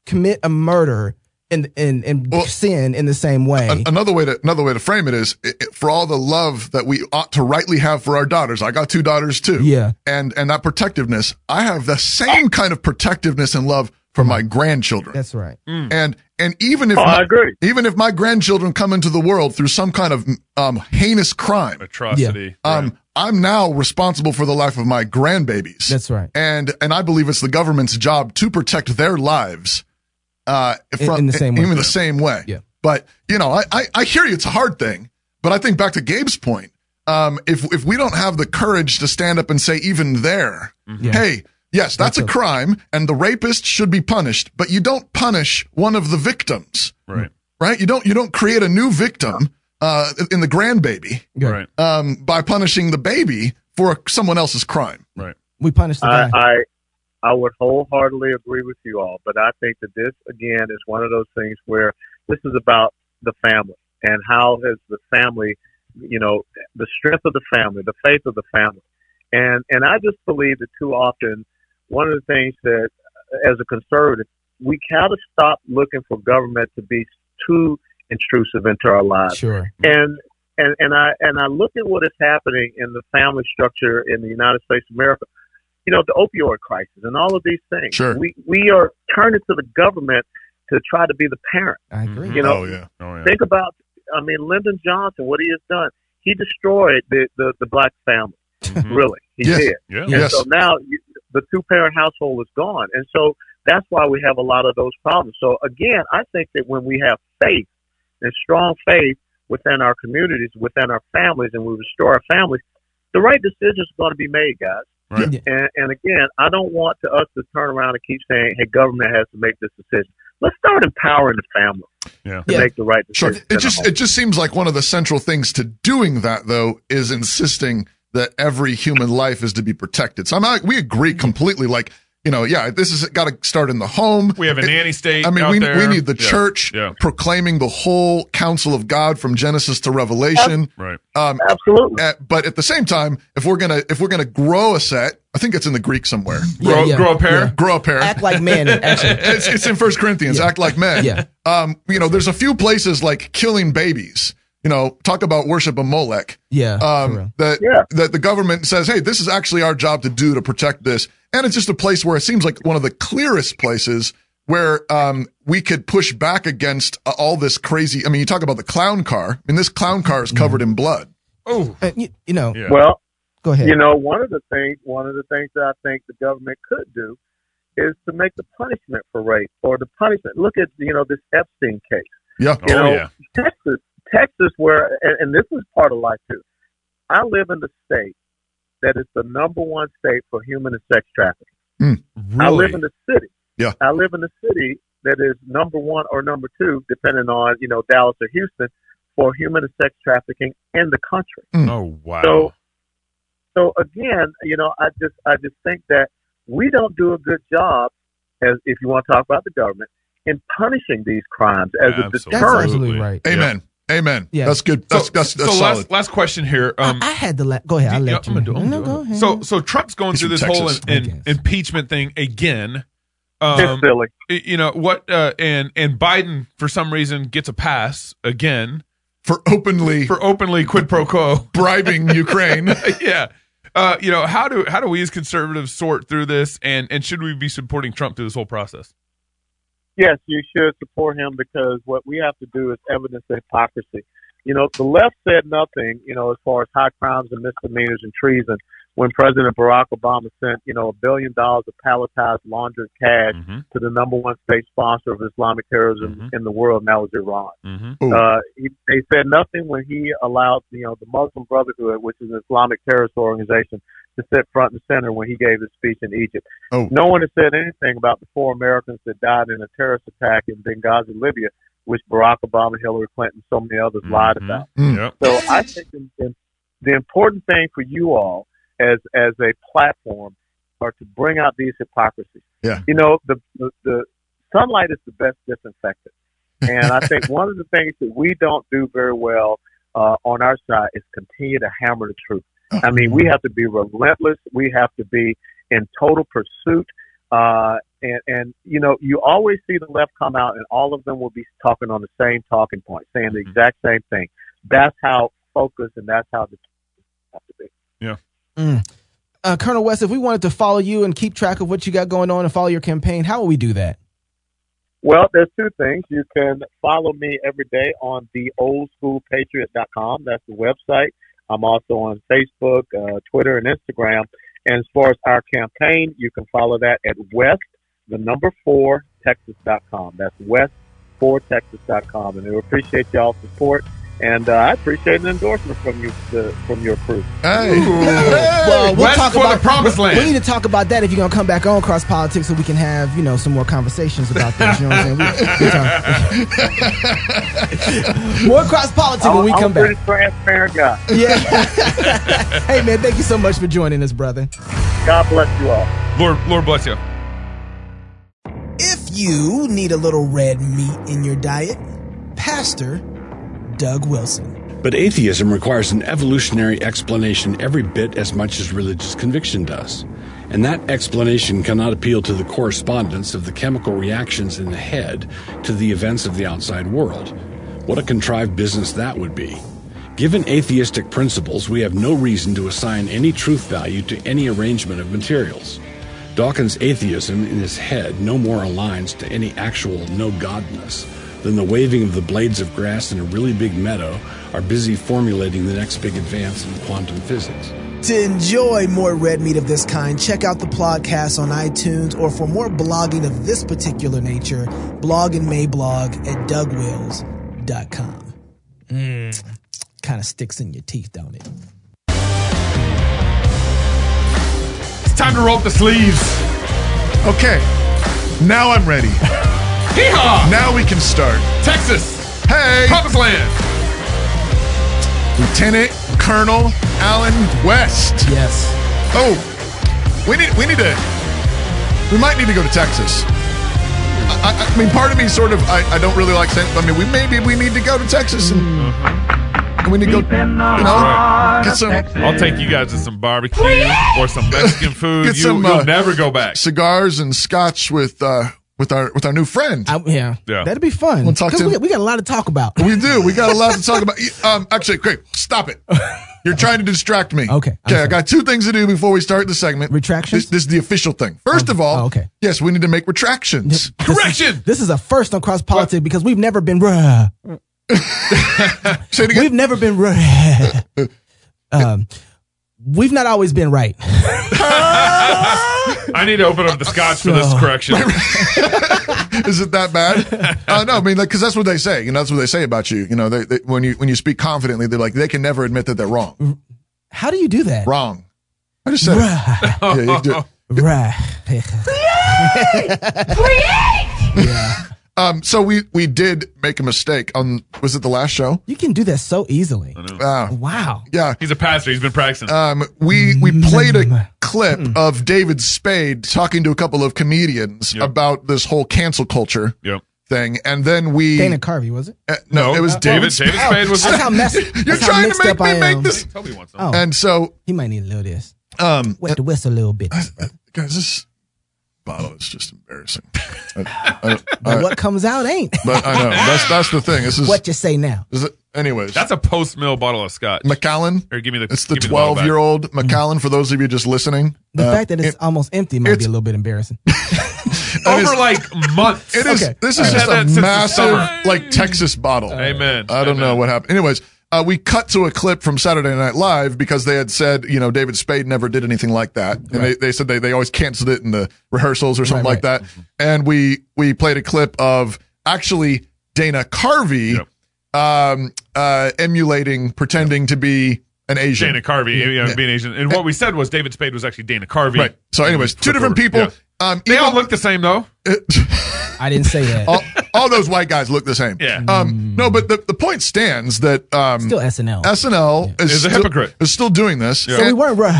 commit a murder and and, and sin in the same way.
An- another way to another way to frame it is i- i- for all the love that we ought to rightly have for our daughters. I got two daughters too.
Yeah.
And and that protectiveness, I have the same kind of protectiveness and love for my grandchildren.
That's right.
And and even if
Oh, I
my,
agree.
even if my grandchildren come into the world through some kind of um, heinous crime,
atrocity?
um, I'm now responsible for the life of my grandbabies.
That's right.
and and I believe it's the government's job to protect their lives, uh,
In-
from,
in the same way.
even the same way.
Yeah.
But you know, I, I I hear you. It's a hard thing, but I think back to Gabe's point. Um, if if we don't have the courage to stand up and say even there,
Mm-hmm. Yeah.
hey. Yes, that's, a crime, and the rapist should be punished. But you don't punish one of the victims,
Right.
right? You don't you don't create a new victim uh, in the grandbaby
Right.
um, by punishing the baby for someone else's crime.
Right.
We punish the
I,
guy.
I I would wholeheartedly agree with you all, but I think that this again is one of those things where this is about the family and how has the family, you know, the strength of the family, the faith of the family, and and I just believe that too often one of the things that uh, as a conservative we gotta stop looking for government to be too intrusive into our lives
Sure.
and and and I and I look at what is happening in the family structure in the United States of America. You know, the opioid crisis and all of these things.
Sure.
We we are turning to the government to try to be the parent.
I
Mm-hmm.
agree.
You know,
oh yeah.
Oh, yeah.
Think about, I mean, Lyndon Johnson, what he has done. He destroyed the the, the black family. Really, he
Mm-hmm. Yes.
did.
Yeah.
Yes.
So now you, the two parent household is gone, and so that's why we have a lot of those problems. So again, I think that when we have faith and strong faith within our communities, within our families, and we restore our families, the right decisions are going to be made, guys.
Right.
Yeah.
And, and again, I don't want to us to turn around and keep saying, "Hey, government has to make this decision." Let's start empowering the family
Yeah.
to
Yeah.
make the right
Sure.
decision.
It just it just seems like one of the central things to doing that though is insisting that every human life is to be protected. So I'm not, we agree completely. Like you know, yeah, this has got to start in the home.
We have a
It-
nanny state.
I mean,
out
we,
there.
we need the
Yeah.
church
Yeah.
proclaiming the whole counsel of God from Genesis to Revelation.
Right.
Um,
Absolutely.
uh, but at the same time, if we're gonna if we're gonna grow a set, I think it's in the Greek somewhere.
Yeah,
Grow,
yeah,
grow a pair.
Grow a pair.
Act like men. Actually,
it's, it's in First Corinthians. Act like men.
Yeah.
Um, you know, there's a few places like killing babies. You know, talk about worship of Molech.
yeah. for
Um,
real.
that
Yeah.
that the government says, hey, this is actually our job to do to protect this, and it's just a place where it seems like one of the clearest places where um, we could push back against uh, all this crazy. I mean, you talk about the clown car. I mean, this clown car is covered in blood.
Oh.
And you, you know,
Yeah.
well,
go ahead.
You know, one of the things one of the things that I think the government could do is to make the punishment for rape or the punishment. Look at you know this Epstein case.
Yeah.
You
Oh,
know,
yeah.
Texas, Texas, where and, and this is part of life too. I live in the state that is the number one state for human and sex trafficking.
Really?
I live in the city.
Yeah.
I live in the city that is number one or number two, depending on you know Dallas or Houston, for human and sex trafficking in the country.
oh wow.
So, so again, you know, I just I just think that we don't do a good job, as if you want to talk about the government, in punishing these crimes as
Absolutely.
a
that's
deterrent.
absolutely
Absolutely.
right.
Amen. Amen.
Yeah.
That's good.
so,
That's that's, that's
so
solid.
last last question here. Um,
I, I had the la- go ahead. I
Yeah,
let
I'm
you.
gonna do- I'm gonna
no,
do
go
it.
ahead.
So so Trump's going
He's
through
from
this whole
Texas.
in, in-
I guess.
impeachment thing again. Um,
It's silly.
y- You know what? Uh, and and Biden for some reason gets a pass again
for openly
for openly quid pro quo
bribing Ukraine.
yeah. Uh, you know how do how do we as conservatives sort through this, and and should we be supporting Trump through this whole process?
Yes, you should support him because what we have to do is evidence the hypocrisy. You know, the left said nothing, you know, as far as high crimes and misdemeanors and treason when President Barack Obama sent, you know, a billion dollars of palletized laundered cash
Mm-hmm.
to the number one state sponsor of Islamic terrorism in the world, and that was Iran.
Ooh.
Uh, he, they said nothing when he allowed, you know, the Muslim Brotherhood, which is an Islamic terrorist organization, to sit front and center when he gave his speech in Egypt.
Oh.
No one has said anything about the four Americans that died in a terrorist attack in Benghazi, Libya, which Barack Obama, Hillary Clinton, so many others
Mm-hmm.
lied about.
Mm.
Yep.
So I think the- the, the important thing for you all as as a platform are to bring out these hypocrisies.
Yeah.
You know, the the, the sunlight is the best disinfectant, and I think one of the things that we don't do very well uh, on our side is continue to hammer the truth. I mean, we have to be relentless. We have to be in total pursuit. Uh, and, and, you know, you always see the left come out and all of them will be talking on the same talking point, saying the exact same thing. That's how focused and that's how the have to be.
Mm. Uh, Colonel West, if we wanted to follow you and keep track of what you got going on and follow your campaign, how will we do that?
Well, there's two things. You can follow me every day on theoldschoolpatriot.com. That's the website. I'm also on Facebook, uh, Twitter, and Instagram. And as far as our campaign, you can follow that at West, the number four, Texas.com. That's West, four, Texas.com. And we appreciate y'all's support. And uh, I appreciate an endorsement from you, the, from your crew.
Hey.
Well, we'll
West
talk
for
about
the promised land.
We need to talk about that if you're gonna come back on cross politics, so we can have you know some more conversations about this. You know what I'm saying? We- we talk- more cross politics when we
I'm
come
a pretty
back.
transparent guy.
Yeah. hey man, thank you so much for joining us, brother.
God bless you all.
Lord Lord bless you.
If you need a little red meat in your diet, Pastor Doug Wilson.
But atheism requires an evolutionary explanation every bit as much as religious conviction does. And that explanation cannot appeal to the correspondence of the chemical reactions in the head to the events of the outside world. What a contrived business that would be. Given atheistic principles, we have no reason to assign any truth value to any arrangement of materials. Dawkins' atheism in his head no more aligns to any actual no godness than the waving of the blades of grass in a really big meadow are busy formulating the next big advance in quantum physics.
To enjoy more red meat of this kind, check out the podcast on iTunes or for more blogging of this particular nature, blog and may blog at dougwills.com. Mm. Kind of sticks in your teeth, don't it?
It's time to roll up the sleeves.
Okay. Now I'm ready.
Hee haw!
Now we can start.
Texas,
Hey,
promised land.
Lieutenant Colonel Alan West.
Yes.
Oh, we need we need to. We might need to go to Texas. I, I, I mean, part of me sort of I, I don't really like saying. I mean, we maybe we need to go to Texas and, and we need to go. You know, get some
I'll take you guys to some barbecue or some Mexican food.
Get
you,
some,
will
uh,
never go back.
cigars and scotch with uh with our with our new friend.
I, yeah.
Yeah.
That'd be fun.
Wanna talk
'Cause
to-
we, got- we got a lot to talk about.
We do. We got a lot to talk about. Um, actually, great. Stop it. You're trying to distract me.
Okay, I'm
Okay. I
sorry.
got two things to do before we start the segment.
Retractions?
This, this is the official thing. First
Oh,
of all,
oh, okay.
Yes, we need to make retractions.
Correction.
This is a first on cross politics because we've never been. Bruh.
Say it again.
We've never been. Bruh. um, we've not always been right.
I need to open up the scotch for this
So-
correction.
Is it that bad? Uh, no, I mean, like, because that's what they say. You know, that's what they say about you. You know, they, they, when you when you speak confidently, they're like they can never admit that they're
Mm.
wrong.
How do you do that?
Wrong. I just said. it.
Bruh.
Yeah, you do it.
Bruh.
Um, so we we did make a mistake on was it the last show?
You can do that so easily.
Uh,
Wow.
yeah.
He's a pastor. He's been practicing.
Um, we we
Mm-hmm.
played a clip
Mm.
of David Spade talking to a couple of comedians about this whole cancel culture
yep.
thing, and then we
Dana Carvey, was it?
uh, no, it was David.
David. David Spade was.
That's how messy.
You're
that's how
trying to
mixed
make
up
me
I
make
am.
this,
Tell me once.
Oh,
and so
he might need a little of this.
um,
Wet the whistle a little bit.
guys, this bottle. It's just embarrassing. I- I- I-
what comes out ain't.
but I know that's that's the thing. This is
what you say now.
Is it, anyways,
That's a post mill bottle of scotch.
McAllen.
Or give me the.
It's the
give me bottle back.
twelve-year-old McAllen. For those of you just listening,
The
uh,
fact that it's
it-
almost empty might be a little bit embarrassing.
it is-
over like months.
It is.
Okay.
This
I've
is
had
just
that since
a
the summer.
massive like Texas bottle.
Amen.
I don't know what happened. Anyways, uh, we cut to a clip from Saturday Night Live because they had said, you know, David Spade never did anything like that, and they, they said they, they always canceled it in the rehearsals or something
Right,
like that. And we we played a clip of actually Dana Carvey um, uh, emulating, pretending to be an Asian.
Dana Carvey, you know, being Asian. And what we said was David Spade was actually Dana Carvey.
Right. So, anyways, two different people.
Yeah.
Um,
They all
even- uh,
look the same though.
I didn't say that.
all, all those white guys look the same.
Yeah.
Um, no, but the, the point stands that um,
Still SNL.
SNL is
Is a
still-
hypocrite.
Is still doing this.
so we
And-
weren't.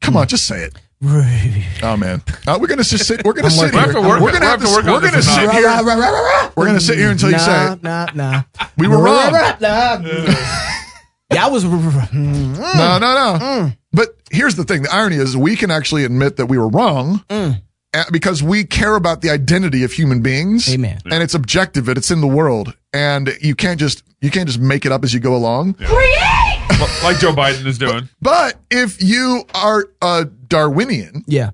come on, just say it. Oh man, uh, we're gonna just sit. We're gonna sit
working. We have
here.
to work
we're
on- we
gonna have
have to
this-
work on
We're gonna
this
sit
tonight.
here. We're gonna sit here until you say
nah, Mm.
it.
nah, nah.
We were wrong.
Yeah, I was. Mm.
No, no, no. But here's the thing: the irony is we can actually admit that we were wrong.
Mm.
uh, Because we care about the identity of human beings,
Amen.
and it's objective, and it's in the world, and you can't just you can't just make it up as you go along.
L- like Joe Biden is doing.
But if you are a Darwinian
Yeah.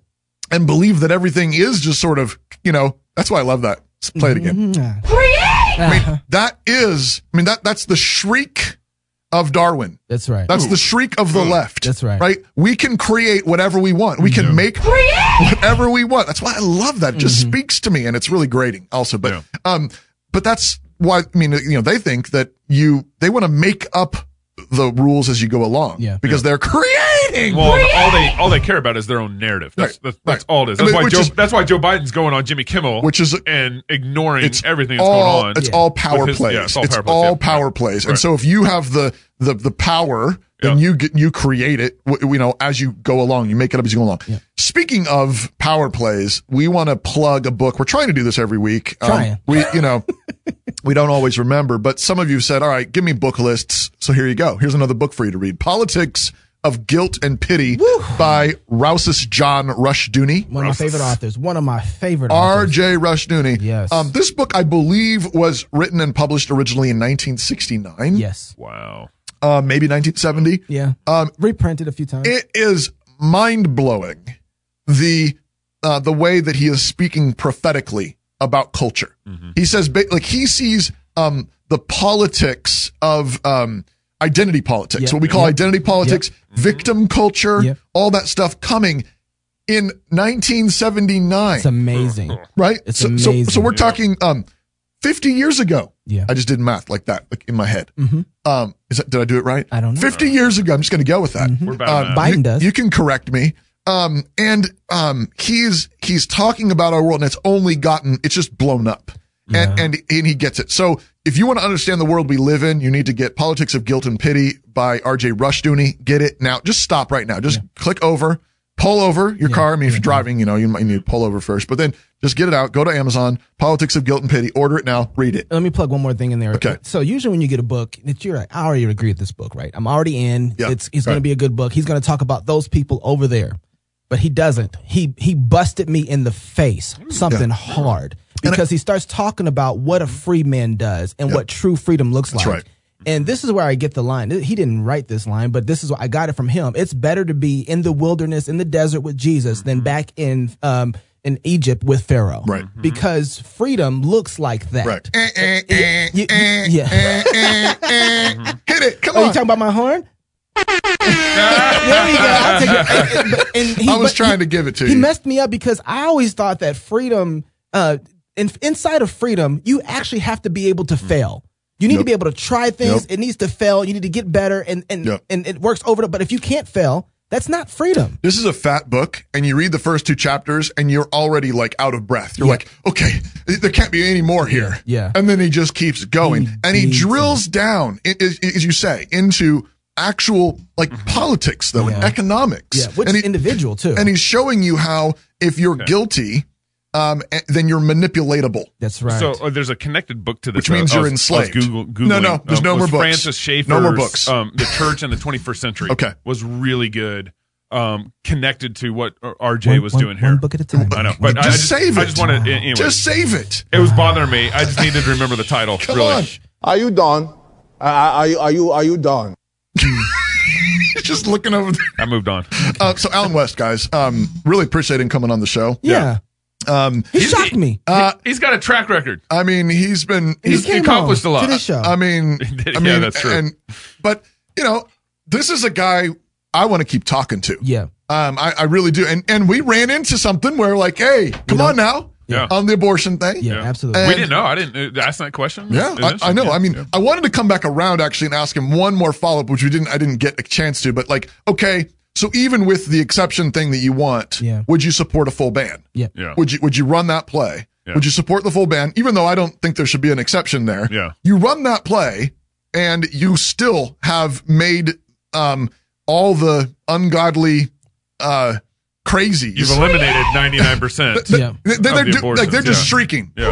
and believe that everything is just sort of, you know, that's why I love that. Let's play it
Mm-hmm.
again. I mean, that is, I mean, that that's the shriek of Darwin.
That's right.
That's the shriek of the left.
That's right.
Right? We can create whatever we want. We can make whatever we want. That's why I love that. It just
Mm-hmm.
speaks to me and it's really grating also. But
Yeah.
um but that's why I mean, you know, they think that you they want to make up the rules as you go along.
Yeah.
Because they're creating
Well, all they all they care about is their own narrative. That's
Right,
that's,
right.
that's all it is.
I
That's
mean,
why
which
Joe.
is-
that's why Joe Biden's going on Jimmy Kimmel,
Which is-
and ignoring everything that's
all,
going on.
It's
Yeah.
all power
With his-
plays.
yeah,
it's
it's
all
all
power
power plays, yeah.
plays. And
Right.
so if you have the the the power, then
Yeah.
you get you create it. w- You know, as you go along, you make it up as you go along. Speaking of power plays, we want to plug a book. We're trying to do this every week. Um,
Trying.
we you know. We don't always remember, but some of you have said, all right, give me book lists. So here you go. Here's another book for you to read. Politics of Guilt and Pity by Rouseus John Rushdoony.
One of my favorite authors. One of my favorite authors.
R.J. Rushdoony.
Yes.
Um, this book, I believe, was written and published originally in 1969.
Yes.
wow.
Uh, maybe 1970.
Yeah.
Um,
Reprinted a few times.
It is mind blowing the uh, the way that he is speaking prophetically about culture. He says ba- like he sees um, the politics of um, identity politics,
Yep.
what we call
Yep.
identity politics, victim culture,
Yep.
all that stuff coming in 1979
it's amazing.
right?
It's
so, so- So,
amazing.
we're
Yeah.
talking um, 50 years ago.
Yeah. Mm-hmm.
I just did math like that like in my head. Um, is that, did I do it right?
I don't know. Mm-hmm.
50 years ago. I'm just going to go with that.
We're bad
Um,
at
Uh, Biden
you,
does.
You can correct me. Um, and um, he's he's talking about our world, and it's only gotten it's just blown up. And, and and he gets it. So if you want to understand the world we live in, you need to get Politics of Guilt and Pity by R.J. Rushdoony. Get it now. Just stop right now. Just click over, pull over your car. I mean, if you're driving, you know, you might need to pull over first. But then just get it out. Go to Amazon. Politics of Guilt and Pity. Order it now. Read it.
Let me plug one more thing in there.
Okay.
So usually when you get a book, it's you're like, I already agree with this book, right? I'm already in.
Yeah.
It's it's going
Right.
to be a good book. He's going to talk about those people over there, but he doesn't. He he busted me in the face something hard
And I-
because he starts talking about what a free man does and what true freedom looks like.
right.
And this is where I get the line. He didn't write this line, but this is what I got it from him. It's better to be in the wilderness, in the desert with Jesus than back in um in Egypt with Pharaoh.
Right.
Because freedom looks like that.
Right. Eh, eh, eh,
Y-
eh,
y- yeah.
eh, eh. Hit it. Come
Are you
on.
talking about my horn? there you go. I'll take it. And- and- and he-
I was
but
trying
he-
to give it to
He
you.
messed me up because I always thought that freedom, uh, in, inside of freedom, you actually have to be able to fail. You need to be able to try things. It needs to fail. You need to get better, and and
Yep.
and it works over. But if you can't fail, that's not freedom.
this is a fat book and you read the first two chapters and you're already like out of breath you're
Yeah.
like okay there can't be any more here
Yeah.
and then he just keeps going and he drills down i- i- i- as you say into actual like politics though and
Yeah.
economics
Yeah, which
and
is individual too.
and he's showing you how if you're guilty um a- then you're manipulatable
that's right.
So uh, there's a connected book to this,
Which means
I
you're
was- I was
enslaved.
Google, Googling,
No, no, there's
um,
no
it
more
was
books.
Francis Schaeffer's
No more books.
Um, the Church in the 21st Century.
Okay.
was really good. um, connected to what RJ was doing here.
book at a time.
I know, but I, I
Just
just
save
I
it.
just want to anyway.
Just save it.
It was bothering me. I just needed to remember the title. really.
Are you done? Are, are, you- are you are you done?
Just looking over there.
I moved on.
Uh, so Alan West, guys, um, really appreciate him coming on the show.
Yeah.
Um, he
shocked me.
Uh,
He's got a track record.
I mean, he's been
He
he's
came accomplished on, a lot. did his show.
I mean,
did,
I mean,
yeah, that's true.
And but you know, this is a guy I want to keep talking to.
Yeah.
Um, I, I really do. And and we ran into something where like, hey, come on now,
Yeah.
on the abortion thing.
Yeah, absolutely.
we
And-
didn't know. I didn't uh, ask that question.
Yeah,
It's
I, I
interesting.
know.
Yeah.
I mean, I wanted to come back around actually and ask him one more follow up, which we didn't. I didn't get a chance to. But like, okay, so even with the exception thing that you want,
Yeah.
would you support a full ban?
Yeah.
Yeah.
Would you Would you run that play?
Oh. Yeah.
Would you support the full ban? Even though I don't think there should be an exception there.
Yeah.
You run that play, and you still have made um, all the ungodly uh, crazies.
You've eliminated ninety nine percent.
Yeah.
They- they- they're
Of the
do- like
abortions,
they're just
yeah.
shrieking.
Yeah.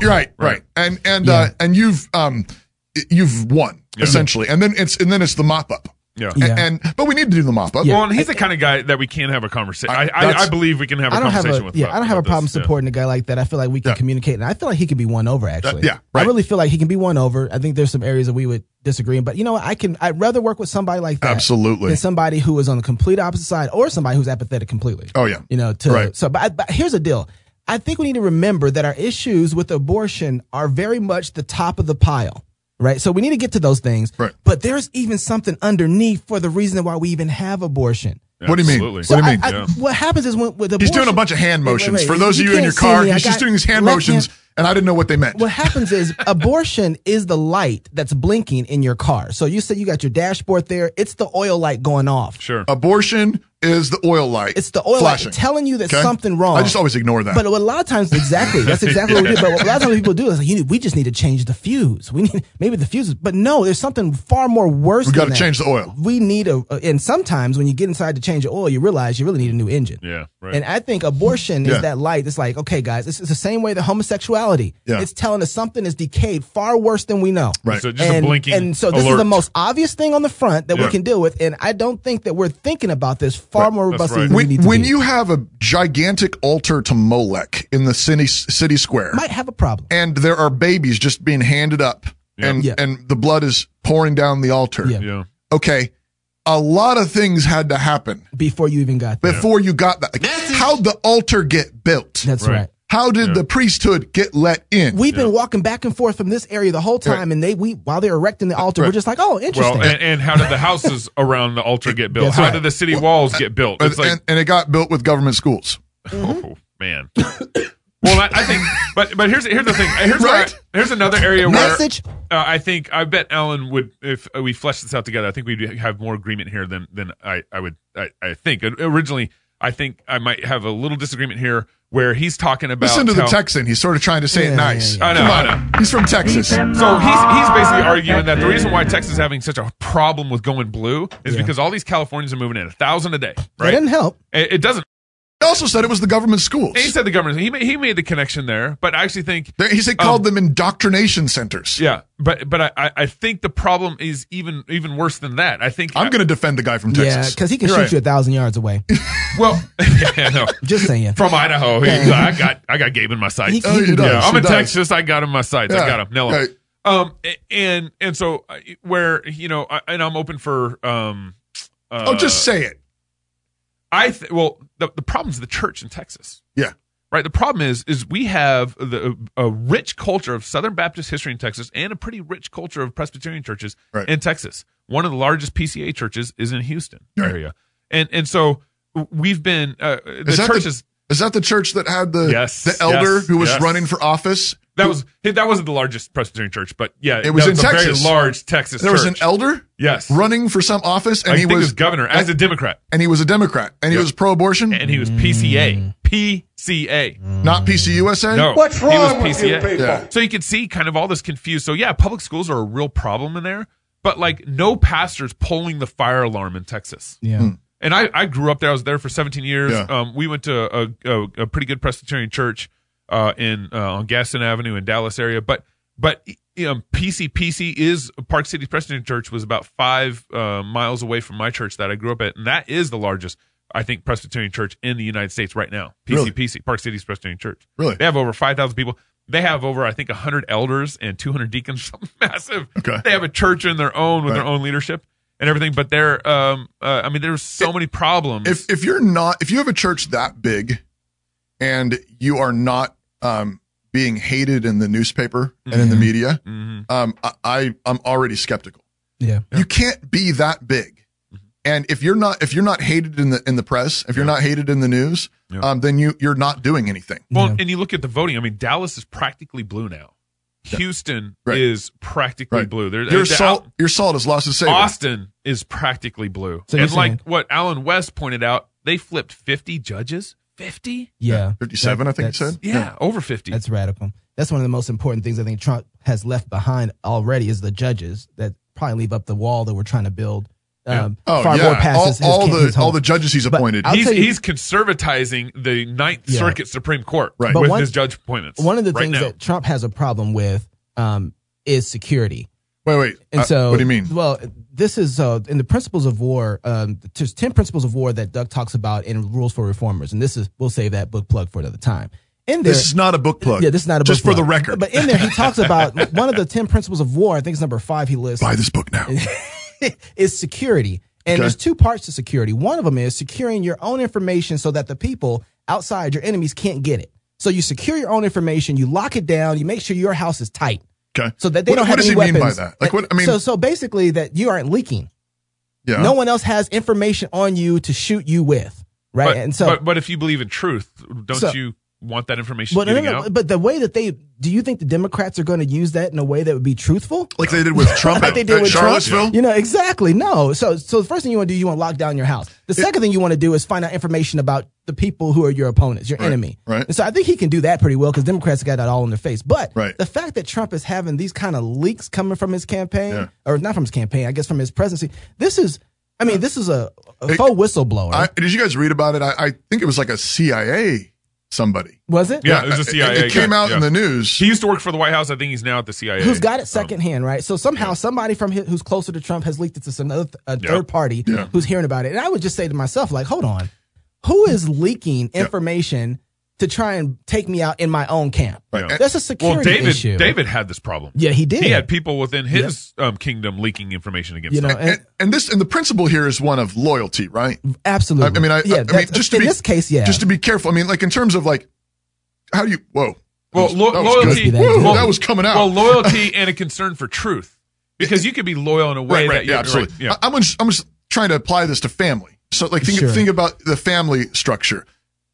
You're right, right,
Right.
and and uh, and you've um you've won essentially, and then it's and then it's the mop up,
Yeah.
Yeah.
and but we need to do the mop up.
Well, and he's the kind of guy that we can have a conversation. I, I,
That's-
I believe we can have a
I don't have
conversation
a
with.
yeah. I don't have a
about
problem
this. Yeah.
supporting a guy like that. I feel like we can
Yeah.
communicate, and I feel like he could be won over. Actually,
yeah,
I
right.
really feel like he can be won over. I think there's some areas that we would disagree in, but you know, what? I can. I'd rather work with somebody like that
Absolutely.
than somebody who is on the complete opposite side or somebody who's apathetic completely.
Oh yeah,
You know, to
Right.
so. But, I- but here's the deal. I think we need to remember that our issues with abortion are very much the top of the pile, right? So we need to get to those things.
Right.
But there's even something underneath for the reason why we even have abortion.
What do you mean?
Absolutely.
What do you
I-
mean?
I-
Yeah.
What happens is when with abortion,
He's doing a bunch of hand
Wait, wait,
motions
wait.
for those of you in
can't
your
see
car.
me. I
He's just
got
doing these hand
left
motions,
hand-
and I didn't know what they meant.
What happens is abortion is the light that's blinking in your car. So you say you got your dashboard there. It's the oil light going off.
Sure.
Abortion is the oil light.
It's the oil
flashing.
light telling you that
Okay?
something wrong.
I just always ignore that.
But a lot of times, exactly, that's exactly what we do. But what a lot of times people do is like, you need, we just need to change the fuse. We need maybe the fuse, is- but no, there's something far more worse.
We
got
gotta change the oil.
We need a, and sometimes when you get inside to change the oil, you realize you really need a new engine.
Yeah. Right.
And I think abortion
Yeah.
is that light. It's like, okay, guys, it's, it's the same way that homosexuality.
Yeah.
It's telling us something is decayed far worse than we know.
Right.
So just
and,
a blinking.
and so this is the
alert.
most obvious thing on the front that
Yeah.
we can deal with. And I don't think that we're thinking about this far more
That's
robustly
right.
than we
when,
need to
when
be.
you have a gigantic altar to Molech in the city city square,
might have a problem.
and there are babies just being handed up and
Yeah.
and the blood is pouring down the altar.
Yeah.
Yeah.
Okay. A lot of things had to happen
before you even got there.
before you got that. Like, how'd the altar get built?
That's
Right.
right.
How did the priesthood get let in?
We've been walking back and forth from this area the whole time,
Right.
and they we while they're erecting the altar,
Right.
we're just like, oh, interesting.
Well, and, and how did the houses around the altar get built?
That's
How
right.
did the city walls get built?
and,
It's like,
and, and it got built with government schools.
oh man. Well, I, I think, but but here's here's the thing. Here's where I-
Right?
here's another area where
Message.
uh, I think I bet Alan would if we flesh this out together. I think we'd have more agreement here than than I I would I, I think originally. I think I might have a little disagreement here where he's talking about
Listen to the
how-
Texan. He's sort of trying to say it
Yeah,
nice.
yeah. I
yeah,
know,
Come
I
on. He's from Texas.
So he's he's basically arguing that the reason why Texas is having such a problem with going blue is because all these Californians are moving in a thousand a day,
That
right?
didn't help.
It, it doesn't.
He also said it was the government schools.
He said the government. He made, he made the connection there, but I actually think
They- He said called them indoctrination centers.
Oh. yeah, but but I- I I think the problem is even even worse than that. I think
I'm going to defend the guy from
Yeah,
Texas.
because he can
You're
shoot
right.
you a thousand yards away.
well, yeah, no.
Just saying.
From Idaho, he's like, I got I got Gabe in my sights.
He-
Oh, he does.
yeah, I'm
He
in
does.
Texas. I got him in my sights.
Yeah,
I got him. Nail him.
right.
Um, a- and and so uh, where you know, I, and I'm open for um. Uh,
Oh, just say it.
I th- well, the, the problem's the church in Texas,
Yeah.
right? The problem is is we have the, a rich culture of Southern Baptist history in Texas and a pretty rich culture of Presbyterian churches
Right.
in Texas. One of the largest PCA churches is in Houston
Right.
area, and and so we've been uh, the
that
church
the-
is
Is that the church that had the
Yes,
the elder
yes,
who was
yes.
running for office?
that was that wasn't the largest Presbyterian church, but yeah,
It was
that
in
a
Texas.
very large Texas.
There was an
church.
elder
yes,
running for some office, and
I
he
think it
was,
was governor as a Democrat,
and he was a Democrat, and he
Yep.
was pro-abortion,
and he was PCA, PCA.
not PCUSA.
No,
What's
he was
wrong with you
PCA.
people?
Yeah.
So you can see kind of all this confused. So yeah, public schools are a real problem in there, but like no pastors pulling the fire alarm in Texas.
Yeah.
Hmm.
And I, I grew up there. I was there for 17 years.
Yeah.
Um, we went to a, a, a pretty good Presbyterian church uh, in uh, on Gaston Avenue in Dallas area, but But you know, PCPC is Park City Presbyterian Church was about five uh, miles away from my church that I grew up at, and that is the largest I think Presbyterian church in the United States right now.
Really?
PCPC Park City's Presbyterian Church.
Really?
they have over five thousand people. They have over I think hundred elders and two hundred deacons. Something massive.
Okay.
They have a church in their own with their own leadership and everything. But they're um uh, I mean there's so many problems.
If if you're not if you have a church that big, and you are not um, being hated in the newspaper and
Mm-hmm.
in the media,
Mm-hmm.
um, I, I I'm already skeptical.
Yeah. Mm-hmm.
You can't be that big. And if you're not if you're not hated in the in the press, if you're not hated in the news, um, then you you're not doing anything.
Well, and you look at the voting. I mean, Dallas is practically blue now. Houston
Right.
is practically
Right.
blue. There,
your
the-
salt your salt has lost its savor.
Austin is practically blue.
So you're
and like
saying-
what Alan West pointed out, they flipped 50 judges. 50?
Yeah.
57, I think you
that's-
said.
Yeah, over 50.
That's radical. That's one of the most important things I think Trump has left behind already is the judges that probably leave up the wall that we're trying to build. Um,
Oh,
far
yeah.
more past
All-
his- his
all
camp-
the-
his whole-
all the judges he's
But
appointed.
I'll
he's,
tell you-
he's conservatizing the Ninth
Yeah.
Circuit Supreme Court
But
with
one-
his judge appointments.
One of the
right
things
now.
that Trump has a problem with um, is security.
Wait, wait.
And
Uh,
so,
what do you mean?
Well, this is uh, in the principles of war. Um, there's ten principles of war that Doug talks about in Rules for Reformers, and this is we'll save that book plug for another time. In there,
This is not a book plug.
Yeah, this is not a
Just
book
for
plug.
the record.
But in there, he talks about one of the ten principles of war. I think it's number five. He lists
Buy this book now.
is security. And
Okay.
there's two parts to security. One of them is securing your own information so that the people outside your enemies can't get it. So you secure your own information, you lock it down, you make sure your house is tight.
Okay.
So that they
What-
don't have
what does
any
he mean by
weapons.
that? Like, what- I mean-
so so basically that you aren't leaking.
Yeah.
No one else has information on you to shoot you with, right?
But,
and so
but, but if you believe in truth, don't
So-
you want that information
but, no,
getting
no, no,
out?
but the way that they do you think the Democrats are going to use that in a way that would be truthful?
Like they did with Trump
like
at-
they did
at
with
Charlottesville.
Trump. You know, exactly. No. So so the first thing you want to do, you want to lock down your house. The second thing you want to do is find out information about the people who are your opponents, your
Right,
enemy.
right.
And so I think he can do that pretty well because Democrats got that all in their face. But
Right.
the fact that Trump is having these kind of leaks coming from his campaign,
Yeah.
or not from his campaign, I guess from his presidency, this is I mean, this is a, a faux whistleblower.
I, did you guys read about it? I, I think it was like a CIA somebody.
was it?
yeah, it was a CIA.
It, it came
guy.
out
Yeah.
in the news.
He used to work for the White House. I think he's now at the CIA.
who's
Um,
got it secondhand, right? So somehow somebody from hi who's closer to Trump has leaked it to some other th- a
Yeah.
third party
Yeah.
who's hearing about it. And I would just say to myself, like, hold on, who is leaking information to try and take me out in my own camp?
Right.
That's a security
well, David,
issue.
David had this problem.
Yeah, he did.
He had people within his um, kingdom leaking information against
you know,
him.
and,
And, and this and the principle here is one of loyalty, right? I, I
absolutely.
mean, I,
yeah,
I mean,
that's-
just to
in
be,
this case, yeah,
just to be careful. I mean, like in terms of like, how do you? Whoa,
Well, lo-
That was
loyalty.
good. Whoa,
well,
that was coming out.
Well, loyalty and a concern for truth, because you could be loyal in a way
right, right,
that you're
yeah, absolutely.
Right, yeah.
I, am just, I'm just trying to apply this to family. So, like, think,
Sure.
think about the family structure.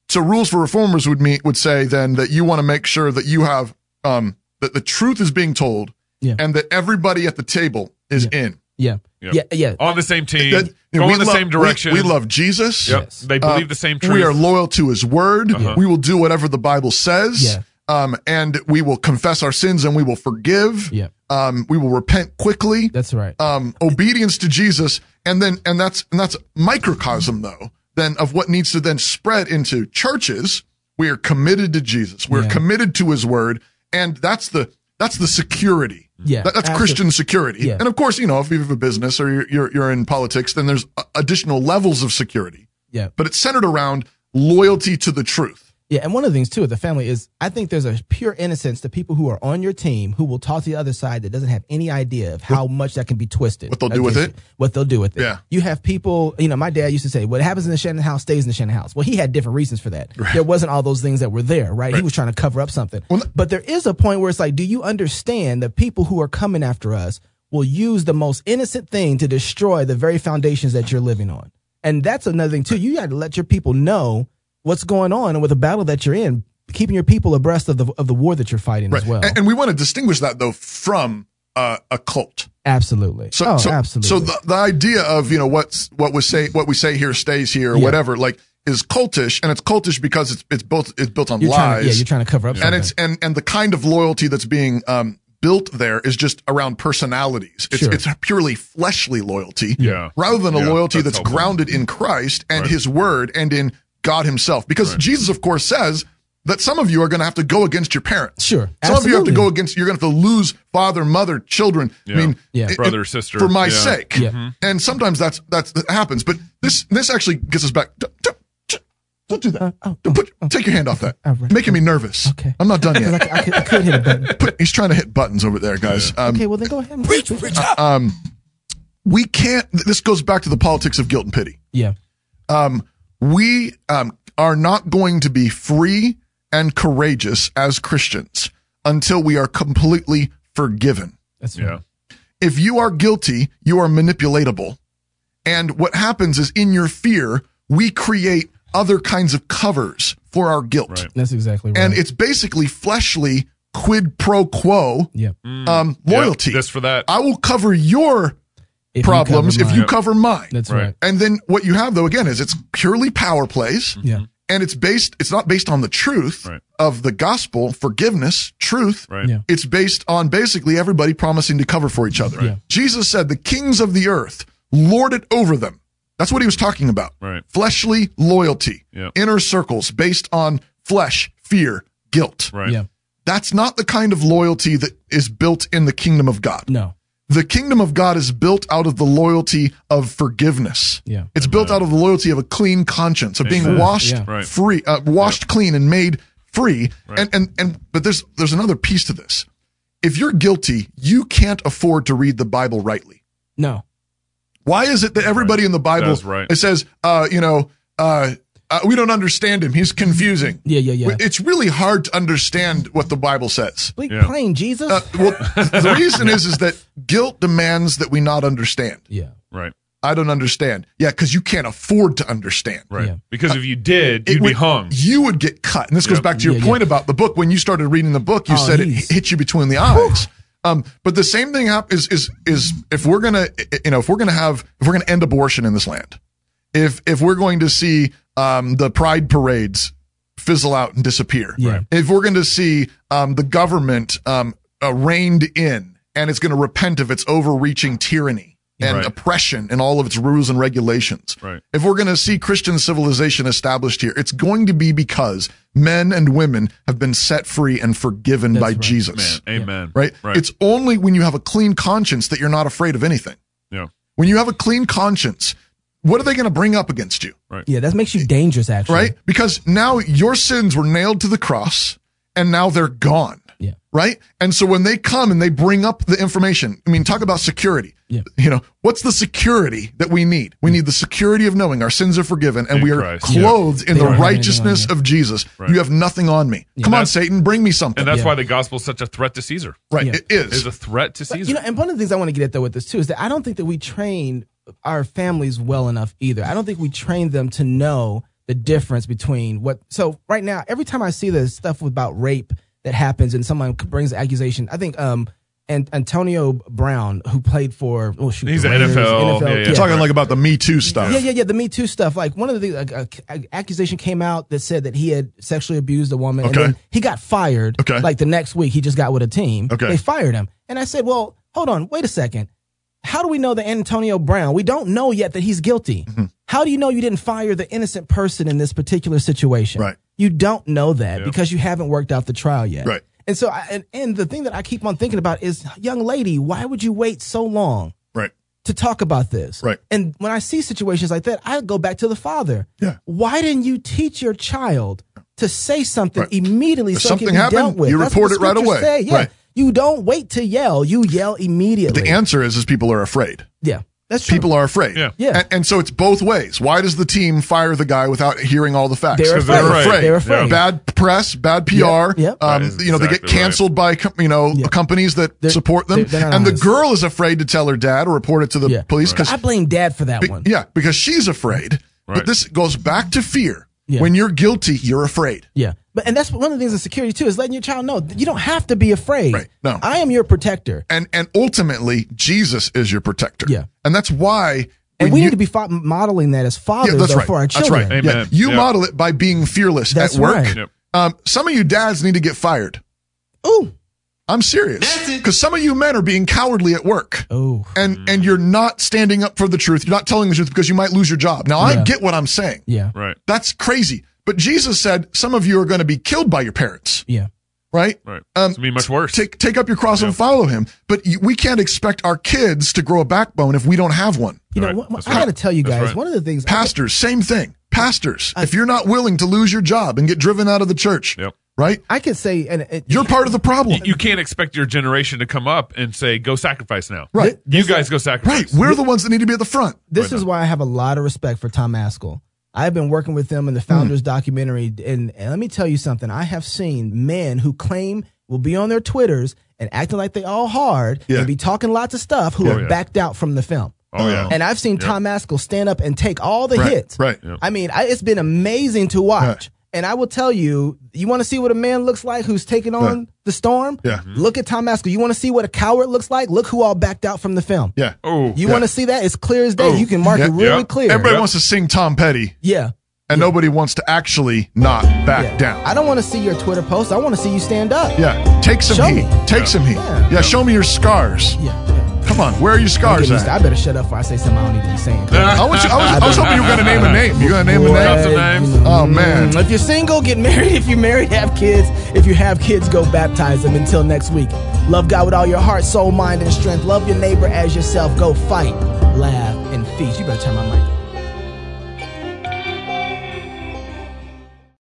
So, rules for reformers would mean would say then that you want to make sure that you have um, that the truth is being told,
Yeah.
and that everybody at the table is in.
yeah,
Yeah.
yeah, yeah.
Oh.
on the same team,
Uh, That- you know,
going
we
in the
love-
same
we-
direction.
We, love Jesus.
Yep. They believe the same truth.
We are loyal to His Word.
Uh-huh.
We will do whatever the Bible says.
Yeah.
Um, and we will confess our sins, and we will forgive.
Yeah.
Um, we will repent quickly
That's right.
um, obedience to Jesus, and then and that's and that's microcosm though then of what needs to then spread into churches. We are committed to Jesus. We're
Yeah.
committed to His Word, and that's the that's the security.
Yeah,
That- that's
absolutely.
Christian security.
Yeah.
And of course, you know, if you have a business or you're, you're you're in politics, then there's a- additional levels of security.
Yeah.
but it's centered around loyalty to the truth.
Yeah, and one of the things too with the family is I think there's a pure innocence to people who are on your team who will talk to the other side that doesn't have any idea of how much that can be twisted.
what they'll do with
against
it?
you, What they'll do with it.
Yeah.
You have people, you know, my dad used to say, what happens in the Shannon house stays in the Shannon house. Well, he had different reasons for that. There wasn't all those things that were there, right? He was trying to cover up something. but there is a point where it's like, do you understand that people who are coming after us will use the most innocent thing to destroy the very foundations that you're living on? And that's another thing too. You got to let your people know what's going on and with the battle that you're in, keeping your people abreast of the of the war that you're fighting as well.
And, and we want to distinguish that though from uh, a cult.
absolutely.
So,
oh,
so,
absolutely.
So the, the idea of you know what's what was say what we say here stays here or
Yeah.
whatever like is cultish and it's cultish because it's it's built it's built on
you're trying
lies
to, yeah, you're trying to cover up.
and
something.
it's and and the kind of loyalty that's being um, built there is just around personalities. It's
Sure.
it's purely fleshly loyalty,
Yeah.
rather than a
Yeah,
loyalty
that's
that's,
helpful.
grounded in Christ and His Word and in God Himself. Because Jesus, of course, says that some of you are going to have to go against your parents.
Sure.
Some of you have to
Absolutely.
go against, you're going to have to lose father, mother, children.
Yeah.
I mean,
Yeah.
it-
Brother,
it-
sister.
For my
Yeah.
sake.
Yeah. Mhm.
And sometimes that's, that's, that happens. But this, this actually gets us back. Don't, don't- don't do that. Don't put, take your hand off that. Making me nervous. Okay. I'm not done yet.
I, could, I could hit a button.
Put, he's trying to hit buttons over there, guys. Um,
okay, well then go ahead. And preach, preach.
um, we can't. th- This goes back to the politics of guilt and pity.
Yeah.
Um, we um, are not going to be free and courageous as Christians until we are completely forgiven.
That's
yeah.
If you are guilty, you are manipulatable. And what happens is in your fear, we create other kinds of covers for our guilt.
That's exactly right.
And it's basically fleshly quid pro quo
Yeah.
Mm.
um, loyalty. Uh,
Yep, this for that.
I will cover your
If you
problems
cover
if you
mine.
cover mine.
That's Right. right.
And then what you have though again is it's purely power
Mm.
plays.
Yeah.
And it's based it's not based on the truth of the gospel, forgiveness, truth.
Right.
Yeah.
It's based on basically everybody promising to cover for each other.
Right. Yeah.
Jesus said the kings of the earth lord it over them. That's what he was talking about.
Right.
Fleshly loyalty,
Yeah.
inner circles based on flesh, fear, guilt.
Right.
Yeah.
That's not the kind of loyalty that is built in the kingdom of God.
No.
The kingdom of God is built out of the loyalty of forgiveness.
Yeah.
It's built out of the loyalty of a clean conscience, of being
Amen.
washed
Yeah. Right.
free, uh, washed clean and made free. And and and but there's there's another piece to this. If you're guilty, you can't afford to read the Bible rightly.
No.
Why is it that everybody in the Bible
That's right.
it says, uh, you know, uh, uh, we don't understand him. He's confusing.
Yeah, yeah, yeah.
It's really hard to understand what the Bible says.
Bleak
Yeah.
plain Jesus.
Uh, well, the reason is is that guilt demands that we not understand.
yeah.
Right.
I don't understand. Yeah, because you can't afford to understand.
Right.
Yeah.
Because if you did,
Uh, It
you'd be
would-
hung.
You would get cut. And this goes
Yep.
back to your
Yeah,
point about the book. When you started reading the book, you
Oh,
said
he's-
it hit you between the eyes. Um, but the same thing hap- is is is if we're gonna you know if we're gonna have if we're gonna end abortion in this land, if if we're going to see um, the pride parades fizzle out and disappear,
Yeah. Right.
if we're going to see um, the government um, uh, reined in and it's going to repent of its overreaching tyranny and
Right.
oppression and all of its rules and regulations,
Right.
if we're going to see Christian civilization established here, it's going to be because men and women have been set free and forgiven by Jesus.
Amen.
Right?
Right.
It's only when you have a clean conscience that you're not afraid of anything.
yeah.
When you have a clean conscience, what are they going to bring up against you?
Yeah, that makes you dangerous actually.
right? Because now your sins were nailed to the cross and now they're gone.
Yeah.
Right? And so when they come and they bring up the information, I mean, talk about security.
Yeah.
You know, what's the security that we need? We need the security of knowing our sins are forgiven and
In
we are
Christ.
clothed in
They
the
don't have anything
righteousness
on you.
of Jesus.
Right.
You have nothing on me. Come on, Satan, bring me something.
And that's
Yeah.
why the gospel is such a threat to Caesar.
right.
Yeah.
It is.
It's a threat to Caesar.
You know, and one of the things I want to get at though with this too is that I don't think that we train our families well enough either. I don't think we train them to know the difference between what. So right now, every time I see the stuff about rape that happens and someone brings the accusation, I think um and Antonio Brown who played for oh shoot,
He's
the
an
Raiders,
NFL, yeah, yeah.
You're talking like about the Me Too stuff.
yeah, yeah, yeah. The Me Too stuff. Like one of the things, like, a, a accusation came out that said that he had sexually abused a woman,
Okay.
and then he got fired.
Okay.
Like the next week, he just got with a team.
Okay.
They fired him, and I said, "Well, hold on, wait a second. How do we know that Antonio Brown? We don't know yet that he's guilty.
Mm-hmm.
How do you know you didn't fire the innocent person in this particular situation?
Right.
You don't know that because you haven't worked out the trial yet.
Right.
And so, I, and, and the thing that I keep on thinking about is, young lady, why would you wait so long?
Right.
to talk about this.
Right.
And when I see situations like that, I go back to the father.
Yeah.
Why didn't you teach your child to say something
Right.
immediately
If
so
something
it can be
happened,
dealt with?
you
That's what
report it right
the scriptures
away.
Say. Yeah.
Right.
You don't wait to yell. You yell immediately.
The answer is, is people are afraid.
yeah. That's true.
People are afraid.
Yeah.
Yeah.
And, and so it's both ways. Why does the team fire the guy without hearing all the facts?
They're
'Cause they're
afraid.
afraid.
They're
Yeah.
afraid.
Bad press, bad PR.
Yep.
That
Um,
is
you know, they get
exactly right.
canceled by com- you know
Yeah.
companies that
They're-
support them,
they're- they're not
and the
honest.
girl is afraid to tell her dad or report it to the
Yeah.
police because
I blame dad for that
be-
one.
yeah, because she's afraid. But
Right.
this goes back to fear.
Yeah.
When you're guilty, you're afraid.
Yeah. But and that's one of the things in security too is letting your child know that you don't have to be afraid.
Right. No.
I am your protector.
and and ultimately Jesus is your protector.
Yeah.
and that's why.
And
when
we
you-
need to be fo- modeling that as fathers
yeah, that's
though,
right.
for our
that's
children.
right.
Amen.
Yeah. You
Yeah.
model it by being fearless
That's
at work.
right.
Yep.
Um, some of you dads need to get fired.
Ooh.
I'm serious. Because some of you men are being cowardly at work.
Oh.
And and you're not standing up for the truth. You're not telling the truth because you might lose your job. Now I get what I'm saying.
Yeah.
right.
That's crazy. But Jesus said, some of you are going to be killed by your parents.
Yeah.
Right?
Right. Um, be much worse.
Take, take up your cross and follow him. But you, we can't expect our kids to grow a backbone if we don't have one.
You know, what- what- I got to tell you guys, one of the things
Pastors, same thing. Pastors,
Uh,
if you're not willing to lose your job and get driven out of the church, right?
I could say, and it,
you're part of the problem.
You can't expect your generation to come up and say, "Go sacrifice now."
Right.
You guys go sacrifice.
Right. We're the ones that need to be at the front.
This is why I have a lot of respect for Tom Askell. I've been working with them in the
Hmm.
Founders documentary, and, and let me tell you something. I have seen men who claim will be on their Twitters and acting like they all hard
Yeah.
and be talking lots of stuff who
Yeah.
have
Oh, yeah.
backed out from the film.
Oh, yeah.
And I've seen
Yeah.
Tom Askell stand up and take all the
Right,
hits.
right. Yeah.
I mean, I, it's been amazing to watch. And I will tell you, you want to see what a man looks like who's taking on
Yeah.
the storm?
Yeah.
Look at Tom Askell. You want to see what a coward looks like? Look who all backed out from the film.
Yeah. Oh,
Oh.
You want to see that? It's clear as day. You can mark it really clear.
Everybody wants to sing Tom Petty.
Yeah.
And nobody wants to actually not back down.
I don't want to see your Twitter post. I want to see you stand up.
Yeah. Take some
Show
heat.
me.
Take some heat. Yeah. Show me your scars.
Yeah.
Come on. Where are your
I'm
scars
getting
at?
used to- I better shut up before I say something I don't need to be saying.
I, was, I, was, I was hoping you were going to name a name. You going to name a
Drop some
name? Oh, man.
Mm, If you're single, get married. If you're married, have kids. If you have kids, go baptize them. Until next week, love God with all your heart, soul, mind, and strength. Love your neighbor as yourself. Go fight, laugh, and feast. You better turn my mic.